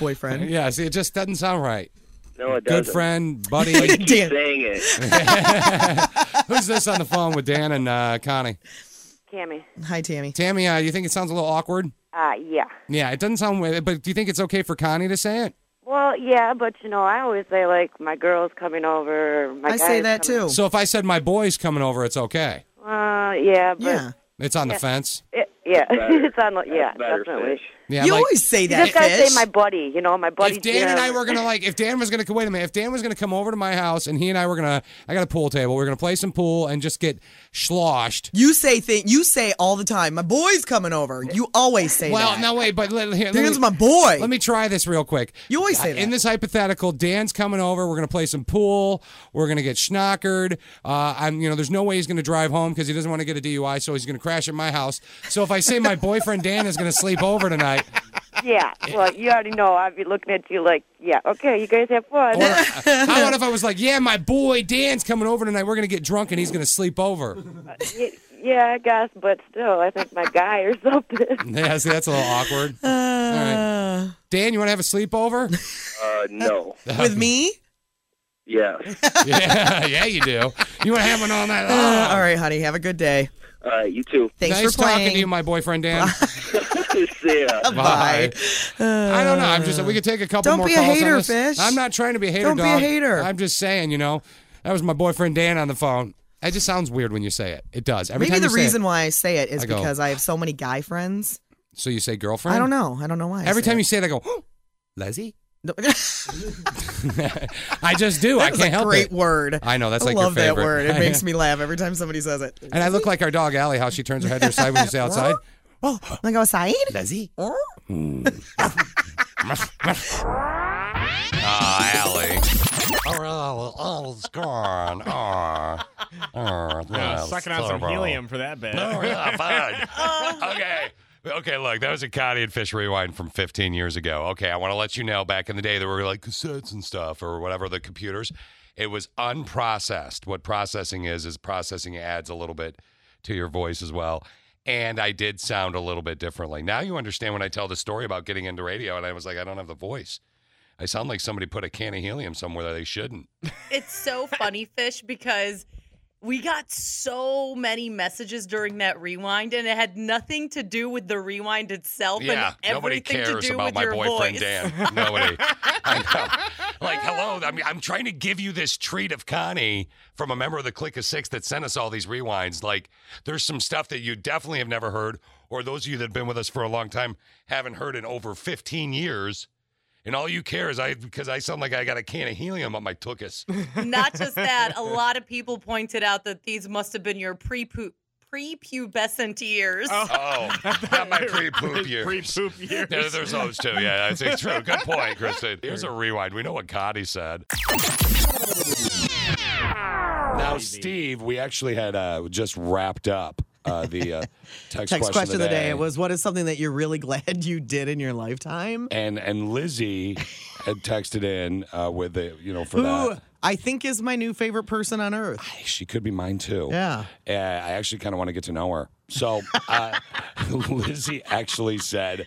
Boyfriend.
yeah, see, it just doesn't sound right.
No, it
Good
doesn't.
friend,
Why
buddy.
do you keep saying it.
Who's this on the phone with Dan and uh, Connie?
Tammy.
Hi, Tammy.
Tammy, uh, you think it sounds a little awkward?
Uh, yeah.
Yeah, it doesn't sound. weird, But do you think it's okay for Connie to say it?
Well, yeah, but you know, I always say like my girl's coming over. My guy's coming-
So if I said my boy's coming over, it's okay.
Uh, yeah, but
It's on the
Yeah.
fence.
It, yeah,
That's better.
it's on. the Yeah,
better,
definitely.
Yeah, You like- always
say
You
that,
just gotta
Fish.
say my buddy. You know, my buddy.
If Dan and I
Jim.
were gonna like, if Dan was gonna wait a minute, if Dan was gonna come over to my house and he and I were gonna, I got a pool table, we are gonna play some pool and just get sloshed.
You say thing. You say all the time. My boy's coming over. You always say
Well,
that.
no, wait, but let, here, let
Dan's
me-
my boy.
Let me try this real quick. Uh,
You always say that.
In this hypothetical, Dan's coming over. We're gonna play some pool. We're gonna get schnockered. Uh, I'm, you know, there's no way he's gonna drive home because he doesn't want to get a DUI, so he's gonna crash at my house. So if I say my boyfriend Dan is gonna sleep over tonight,
Yeah. Well, you already know. I'd be looking at you like, yeah, okay, you guys have fun.
how about if I was like, yeah, my boy Dan's coming over tonight. We're gonna get drunk and he's gonna sleep over.
Y- yeah, I guess, but still, I think my guy or something.
Yeah, see, that's a little awkward.
Uh,
All right. Dan, you want to have a sleepover?
Uh, no.
With me?
Yeah.
yeah, yeah, you do. You want to have one all night long?
Uh, all right, honey. Have a good day.
All right, you too.
Thanks
nice
for playing.
talking to you, my boyfriend Dan.
See ya.
Bye. I don't know. I'm just. We could take a couple
Don't
more
be a
calls on
hater,
this.
Fish.
I'm not trying to be a hater.
Don't be a
dog.
hater.
I'm just saying. You know, that was my boyfriend Dan on the phone. That just sounds weird when you say it. It does. Every
Maybe
time
the
you say it-
reason why I say it is
I go-
because I have so many guy friends.
so you say girlfriend.
I don't know. I don't know why. I
Every
say
time
it.
you say it, I go, "Oh, Leslie.
No-
I just do. I can't
That was a
help
great
it.
word.
I know that's like
I love
your
that
favorite.
word. It makes me laugh every time somebody says it.
And I look like our dog Allie, how she turns her head to her side when you say outside.
Oh, wanna go outside?
Leslie.
Oh.
Ah, Allie. Oh, all's gone. Ah, ah,
Yeah, sucking out some
terrible.
helium for that bit.
Oh, yeah, fine. okay. Okay, look, that was a Connie and Fish rewind from 15 years ago. Okay, I want to let you know back in the day there were like cassettes and stuff or whatever the computers. It was unprocessed. What processing is, is processing adds a little bit to your voice as well. And I did sound a little bit differently. Now you understand when I tell the story about getting into radio and I was like, I don't have the voice. I sound like somebody put a can of helium somewhere that they shouldn't.
It's so funny, Fish, because we got so many messages during that rewind, and it had nothing to do with the rewind itself.
Yeah,
and
nobody
everything
cares
to do
about
with
my
your
boyfriend
voice.
Dan. Nobody. I know. Like, hello. I mean, I'm trying to give you this treat of Connie from a member of the Click of Six that sent us all these rewinds. Like, there's some stuff that you definitely have never heard, or those of you that have been with us for a long time haven't heard in over 15 years. And all you care is I because I sound like I got a can of helium on my tuchus.
Not just that, a lot of people pointed out that these must have been your pre prepubescent years.
Oh, not my pre-poop years.
Pre-poop years.
Yeah, there's those two. Yeah, that's it's true. Good point, Kristen. Here's a rewind. We know what Cotty said. Now, Steve, we actually had uh, just wrapped up uh, the uh, text,
Text question
of
of the day was what is something that you're really glad you did in your lifetime?
and and Lizzie had texted in uh, with the you know for
Who
that.
I think is my new favorite person on earth.
She could be mine too.
Yeah.
Uh, I actually kind of want to get to know her. So uh, Lizzie actually said,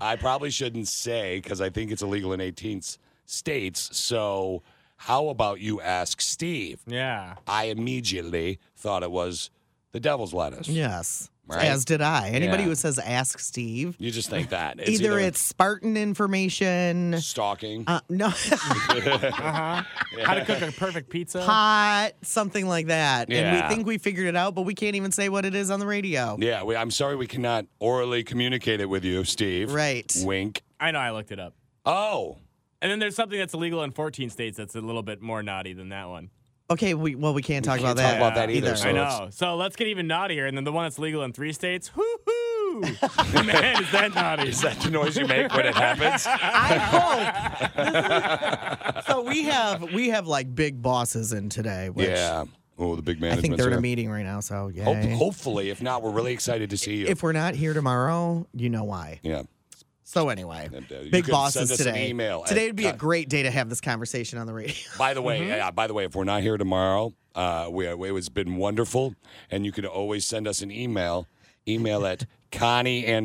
I probably shouldn't say because I think it's illegal in 18 s- states. So how about you ask Steve?
Yeah.
I immediately thought it was the devil's lettuce.
Yes.
Right?
As did I. Anybody
Yeah.
who says ask Steve,
You just think that. It's
either, it's Spartan information,
stalking.
uh, no,
uh-huh.
How to cook a perfect pizza?
pot, something like that. And
Yeah.
we think we figured it out, but we can't even say what it is on the radio.
Yeah, we, I'm sorry we cannot orally communicate it with you, Steve.
Right.
Wink.
I know I looked it up.
Oh.
And then there's something that's illegal in 14 states that's a little bit more naughty than that one.
Okay, we, well, we can't talk
can't
about
talk
that.
about that uh, either, so
I
it's-
know. So let's get even naughtier. And then the one that's legal in three states, whoo hoo! Man, is that naughty.
Is that the noise you make when it happens?
so we have we have like big bosses in today. Which
yeah. Oh, the big
I
management.
think they're in a meeting right now. So yeah.
hopefully, if not, we're really excited to see you.
if we're not here tomorrow, you know why.
yeah.
So anyway,
And, uh, you
big
can
bosses
send us an
today.
email at
today would be a
con-
great day to have this conversation on the radio.
By the
Mm-hmm.
way, yeah, by the way, if we're not here tomorrow, uh, we it has been wonderful, and you can always send us an email. Email at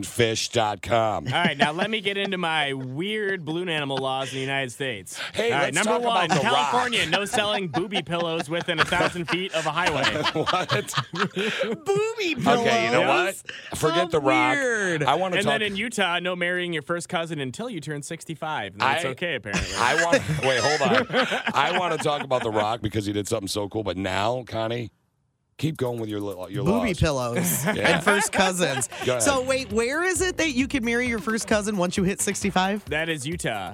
connieandfish.com.
All right, now let me get into my weird balloon animal laws in the United States.
Hey,
All right,
let's talk
number
about
one,
The Rock.
California, no selling booby pillows within a thousand feet of a highway.
what?
Booby pillows.
Okay, you know what? Forget the rock.
weird.
I want to
and
talk.
then in Utah, no marrying your first cousin until you turn 65.
I-
That's okay, apparently.
I want. Wait, hold on. I want to talk about the Rock because he did something so cool. But now, Connie, keep going with your li- your
Booby
laws.
pillows
Yeah.
and first cousins.
Go ahead.
So wait, where is it that you can marry your first cousin once you hit 65?
that is Utah.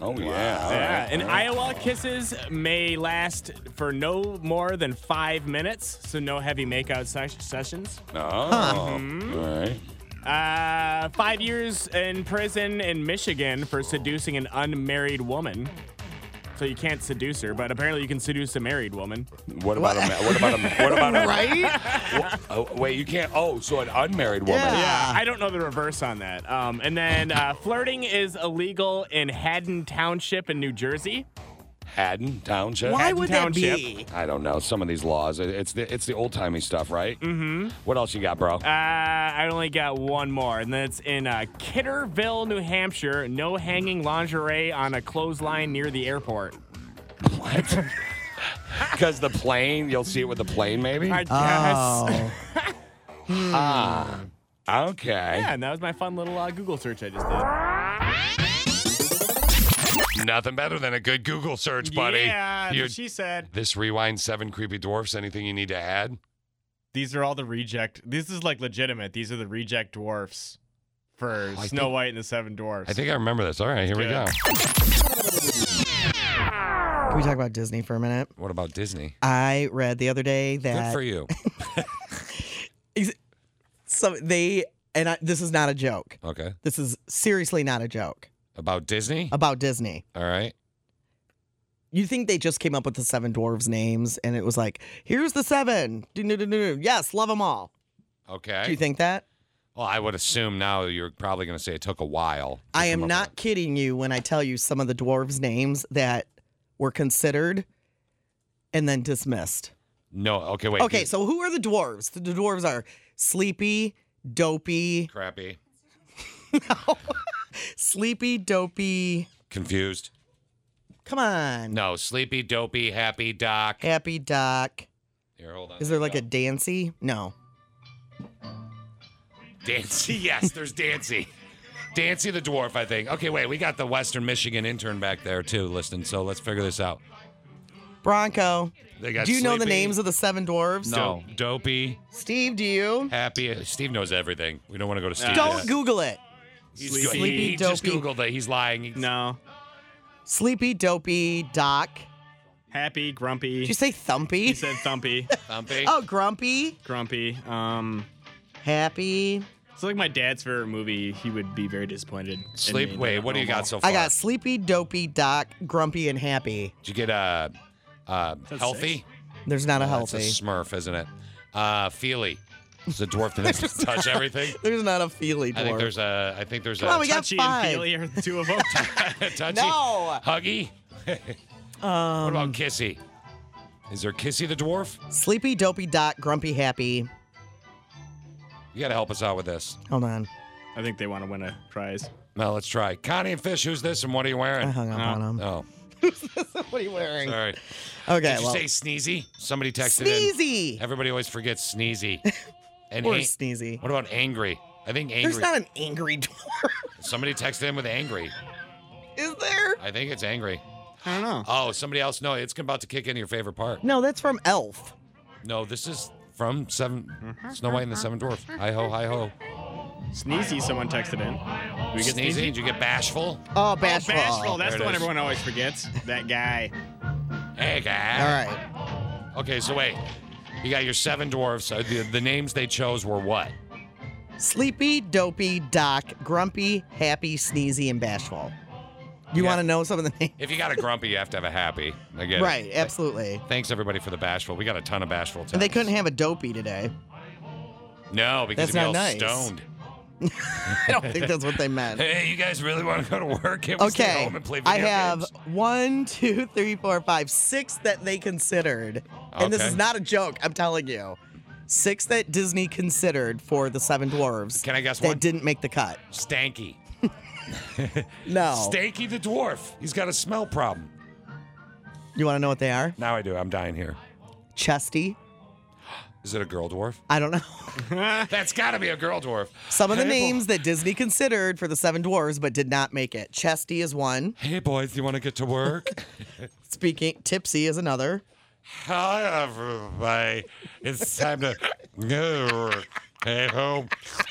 Oh yeah. all
Yeah,
right,
and
all right.
Iowa kisses may last for no more than five minutes, so no heavy makeout ses- sessions. Mm-hmm.
Oh. All right.
Uh, five years in prison in Michigan for seducing an unmarried woman. So you can't seduce her, but apparently you can seduce a married woman.
What about a a? What about a? What about a?
Right?
Wha- oh, wait, you can't. Oh, so an unmarried woman.
Yeah. Ah.
I don't know the reverse on that. Um, and then uh, flirting is illegal in Haddon Township in New Jersey.
Haddon Township.
Why
Haddon
would that
Township.
be?
I don't know. Some of these laws. It- It's the it's the old timey stuff, right?
Mm-hmm.
What else you got, bro?
Uh, I only got one more, and that's in uh, Kidderville, New Hampshire. No hanging lingerie on a clothesline near the airport.
What? Because the plane, you'll see it with the plane, maybe.
I guess. Hmm.
Oh.
Ah. Okay.
Yeah, and that was my fun little uh, Google search I just did.
Nothing better than a good Google search, buddy.
Yeah, that's
You-
what she said.
this rewind seven creepy dwarfs. Anything you need to add?
These are all the reject. This is like legitimate. These are the reject dwarfs for
I
Snow
think-
White and the Seven Dwarfs.
I think I remember this. All right, here we go.
Good.
Can we talk about Disney for a minute?
What about Disney?
I read the other day
Good
that
for you.
so they and I, this is not a joke.
Okay.
This is seriously not a joke
About Disney?
about Disney.
All right.
You think they just came up with the seven dwarves names and it was like, here's the seven. Do, do, do, do, do. Yes, love them all.
Okay.
Do you think that?
Well, I would assume now you're probably going to say it took a while. to
I
come
am
up
not kidding you when I tell you some of the dwarves' names that were considered and then dismissed.
with- No. Okay. Wait.
okay,
you-
so who are the dwarves? The the dwarves are sleepy, dopey,
crappy,
sleepy, dopey.
confused.
Come on,
No. Sleepy, dopey, happy, doc.
happy doc.
Here, hold on.
Is there like a dancy? No.
Dancy, yes, there's Dancy. Dancy the dwarf, I think. Okay, wait, we got the Western Michigan intern back there too, listening. So let's figure this out.
Bronco.
They got
do you know the
sleepy.
names of the seven dwarves?
No, dopey,
Steve, do you?
happy. Steve knows everything. We don't want to go to Steve.
Don't
yet.
Google it.
He's
Sleepy,
good. he, he just
dopey.
Googled it. He's lying. He's-
No.
Sleepy, dopey, doc.
Happy, grumpy.
Did you say thumpy?
He said thumpy.
thumpy.
Oh, grumpy,
Grumpy. Um.
happy.
So like my dad's favorite movie, he would be very disappointed. in
Sleep-
me,
wait,
not
what do you
normal.
got so far?
I got sleepy, dopey, doc, grumpy, and happy.
Did you get uh, uh,
that
healthy? Oh,
There's not a
That's a
healthy.
Smurf, isn't it? Uh, Feely. It's a dwarf that doesn't touch everything.
There's not a feely dwarf.
I think there's a. I think there's
Come
a
on, we got
Touchy
five.
and Feely are the two of them.
touchy.
No.
Huggy.
Um,
What about Kissy? Is there Kissy the dwarf?
sleepy, dopey, doc, grumpy, happy.
You got to help us out with this.
Hold on,
I think they want to win a prize.
Now let's try. Connie and Fish, who's this and what are you
I
wearing?
hung up
No.
on him.
Oh,
what are you wearing?
sorry.
Okay,
Did you
well,
say sneezy? Somebody texted
sneezy
in. Everybody always forgets sneezy. And
or
an-
sneezy.
what about angry? I think angry.
There's not an angry dwarf,
somebody texted in with angry.
is there?
I think it's angry.
I don't know.
Oh, somebody else. No, it's about to kick into your favorite part.
No, that's from Elf.
No, this is from Seven Snow White and the Seven Dwarfs. Hi ho, hi ho.
Sneezy, someone texted in. Do we get
Sneezy?
sneezy?
Did you get bashful?
Oh,
Oh,
bashful.
bashful. That's
There
the
it is.
one everyone always forgets. That guy.
Hey, guy.
All right.
Okay, so wait. You got your seven dwarfs. Uh, The, the names they chose were what?
Sleepy, dopey, doc, grumpy, happy, sneezy, and bashful. You
Yeah.
want to know some of the names?
If you got a grumpy, you have to have a happy. I get it.
Right, absolutely.
Thanks everybody for the bashful. We got a ton of bashful texts.
And they couldn't have a dopey today.
No, because
That's
they'd be
not
all
nice.
stoned.
I don't think that's what they meant.
Hey, you guys really want to go to work? Can we stay
Okay.
home and play video
I have
games?
one, two, three, four, five, six that they considered. And this
Okay.
is not a joke, I'm telling you. Six that Disney considered for the Seven Dwarves
Can I guess
that
one?
didn't make the cut.
Stanky.
No.
Stanky the dwarf. He's got a smell problem.
you want to know what they are?
Now I do. I'm dying here.
Chesty.
Is it a girl dwarf?
I don't know.
That's got to be a girl dwarf.
Some of the
Hey, boy-
names that Disney considered for the Seven Dwarves but did not make it. Chesty is one.
Hey, boys, you want to get to work?
Speaking, Tipsy is another.
Hi, everybody. It's time to go to work. Hey, ho.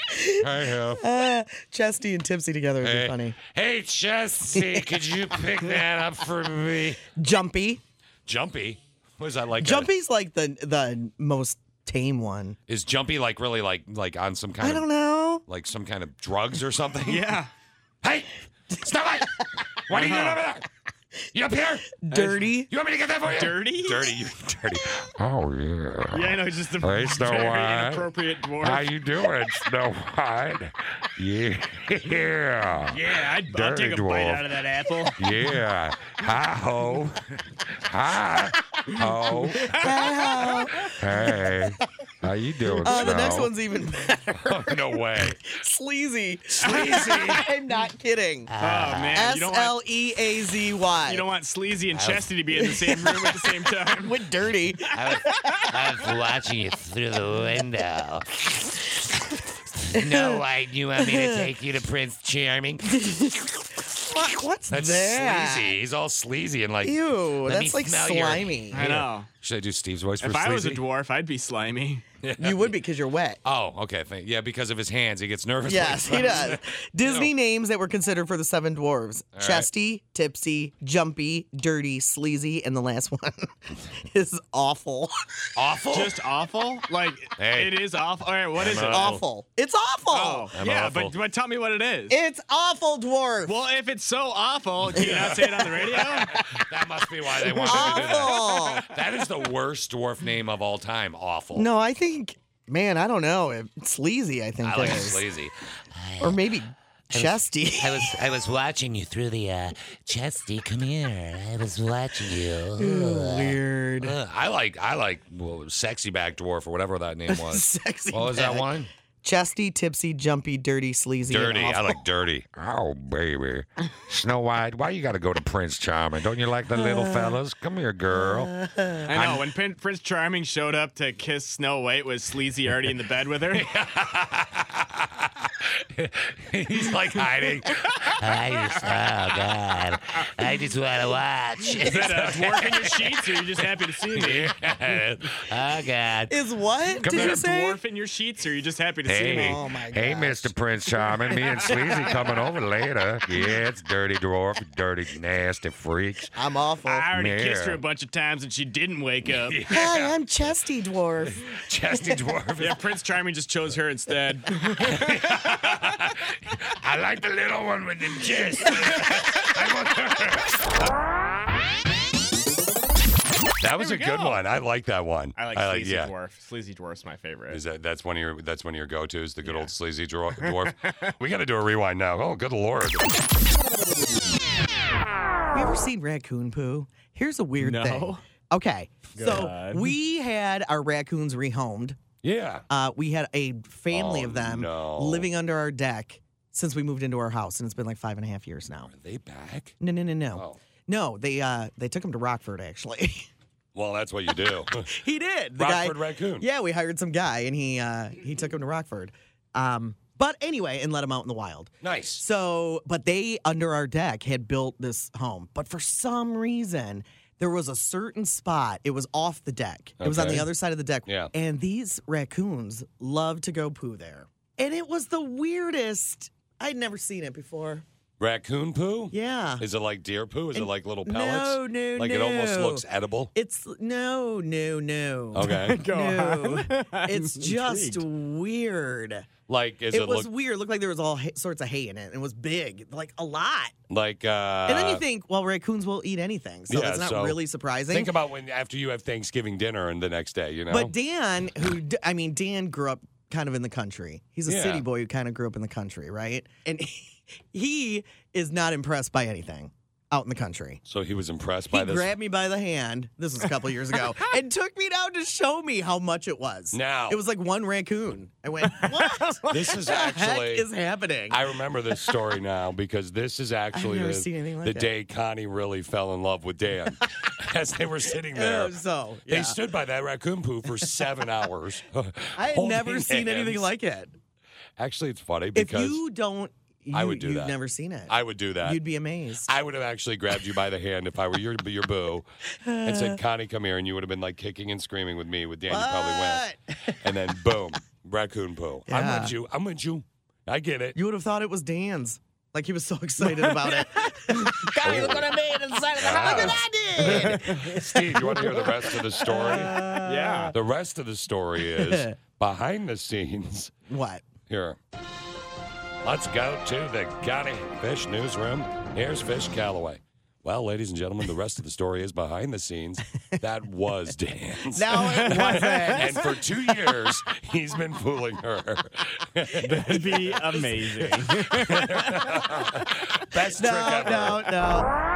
Hey, ho.
Uh, Chesty and Tipsy
Eh,
together would be funny.
Hey, Chesty, could you pick that up for me?
Jumpy.
Jumpy? What is that like? a-
Jumpy's like the the most tame one.
is Jumpy like really like like on some kind
I don't
of
know.
like some kind of drugs or something?
Yeah.
Hey, stop it! What are you doing over there? You up here?
Dirty.
You want me to get that for you?
Dirty?
Dirty, you dirty. Oh yeah.
Yeah, I know. he's Just a
Hey, Snow
very
White.
inappropriate dwarf.
How you doing, Snow White? Yeah. Yeah.
yeah, I'd, I'll
Dirty
take a bite
dwarf.
out of that apple.
Yeah. Hi ho. Hi ho.
Hey-ho.
Hey. How you doing,
Uh, the next
Snow?
one's even better.
Oh, no way.
Sleazy.
Sleazy.
I'm not kidding.
oh man, you
S
don't want
L E A Z Y.
you don't want sleazy and chesty to be in the same room at the same time.
With dirty.
I was, I was watching you through the window. No, I you want me to take you to Prince Charming?
What, what's
That's
that?
sleazy. He's all sleazy and like.
Ew,
Let me
that's like
smell your-
slimy.
I know.
Should I do Steve's voice for
If
sleazy?
I was a dwarf, I'd be slimy.
You would be because you're wet.
Oh, okay. Thank, yeah, because of his hands, he gets nervous. when
Yes, he does. Disney names that were considered for the seven dwarves
All right.
Chesty, Tipsy, Jumpy, Dirty, Sleazy, and the last one is awful.
Awful.
Just awful. Like
Hey.
it is awful. All right, what is
I'm
it?
a-
awful. It's awful.
Oh,
I'm
yeah,
awful.
but but tell me what it is.
It's awful, dwarf.
well, if it's so awful, can you not say it on the radio?
that must be why they wanted to do that.
awful.
That is the worst dwarf name of all time. Awful.
no, I think Man, I don't know. It- Sleazy, I think.
I
it
like
is.
sleazy.
Or maybe
I was-
chesty.
I was I was watching you through the uh, chesty. Come here. I was watching you. Ugh.
Weird.
I like I like well, sexy back dwarf or whatever that name was.
Sexy
What was that
back.
one?
Chesty, tipsy, jumpy, dirty, sleazy. and
Dirty. I
awful.
like dirty.
Oh, baby. Snow White, why you got to go to Prince Charming? Don't you like the little
Uh,
fellas? Come here, girl.
I know. When Prin- Prince Charming showed up to kiss Snow White, was Sleazy already in the bed with her?
He's like hiding.
I just, oh God, I just want to watch.
Is that a dwarf in your sheets, or you just happy to see me?
oh God.
Is what?
Is
Did
that
you
a
say? Oh
dwarf in your sheets, or are you just happy to see
Hey,
me?
hey, Mr. Prince Charming, me and Sleazy coming over later. Yeah, it's Dirty Dwarf, dirty, nasty freaks.
I'm awful.
I already
Yeah.
kissed her a bunch of times and she didn't wake up.
Hi, I'm Chesty Dwarf.
Chesty Dwarf.
yeah, Prince Charming just chose her instead.
I like the little one with them chests.
That was a good one. I like that one.
I like Sleazy
yeah.
Dwarf. Sleazy Dwarf's my favorite.
Is that that's one of your that's one of your go tos? The good old sleazy dwar- dwarf. we got to do a rewind now. Oh, good lord!
Have you ever seen raccoon poo? Here's a weird
No.
thing. Okay.
God.
So we had our raccoons rehomed.
Yeah.
Uh, we had a family
Oh,
of them
no.
living under our deck since we moved into our house, and it's been like five and a half years now. Are
they back? Oh.
No, no, no, no. No, they uh, they took him to Rockford actually.
Well, that's what you do.
he did. The guy-
Rockford raccoon.
Yeah, we hired some guy, and he uh, he took him to Rockford. Um, but anyway, and let him out in the wild.
Nice.
So, but they under our deck had built this home, but for some reason. There was a certain spot. It was off the deck. It was on
Okay.
the other side of the deck.
Yeah.
And these raccoons love to go poo there. And it was the weirdest. I'd never seen it before.
Raccoon poo?
Yeah.
Is it like deer poo? Is it
And-
like little pellets?
No, no,
Like it almost
no.
looks edible.
It's no, no, no.
Okay. Go
no.
on. I'm
It's just weird.
Like is
it,
it,
was
look
weird. It looked like there was all ha- sorts of hay in it. and It was big, like a lot.
like? Uh,
and then you think, well, raccoons will eat anything, so
yeah,
that's not
so
really surprising.
Think about when after you have Thanksgiving dinner and the next day, you know.
But Dan, who d- I mean, Dan grew up kind of in the country. He's a
Yeah.
city boy who kind of grew up in the country, right? And he is not impressed by anything out in the country.
so he was impressed by
he
this.
grabbed me by the hand. This was a couple years ago, and took me down to show me how much it was.
Now-
it was like one raccoon. I went, "What?
this is
the heck
actually
is happening."
I remember this story now because this is actually
never
the,
seen anything like
the
it.
day Connie really fell in love with Dan. As they were sitting there,
Oh, so,
they
yeah.
stood by that raccoon poo for seven hours.
I had never seen anything like it.
Actually, it's funny
If
because
you don't, you,
I would do
you've
that.
never seen it.
I would do that.
You'd be amazed.
I would have actually grabbed you by the hand if I were your your boo and said, "Connie, come here," and you would have been like kicking and screaming with me. With Dan, you probably went, and then boom, raccoon poo. I'm
Yeah.
with you. I'm with you. I get it.
You would have thought it was Dan's. Like he was so excited about it.
Connie, look what I
made inside of the
house. Look
I
Steve, you want to hear the rest of the story?
yeah.
The rest of the story is behind the scenes.
What?
Here. Let's go to the Gotti Fish newsroom. Here's Fish Calloway. Well, ladies and gentlemen, the rest of the story is behind the scenes. That was Dan's.
No, it wasn't.
And for two years, he's been fooling her.
That'd be amazing.
Best trick ever.
no, no.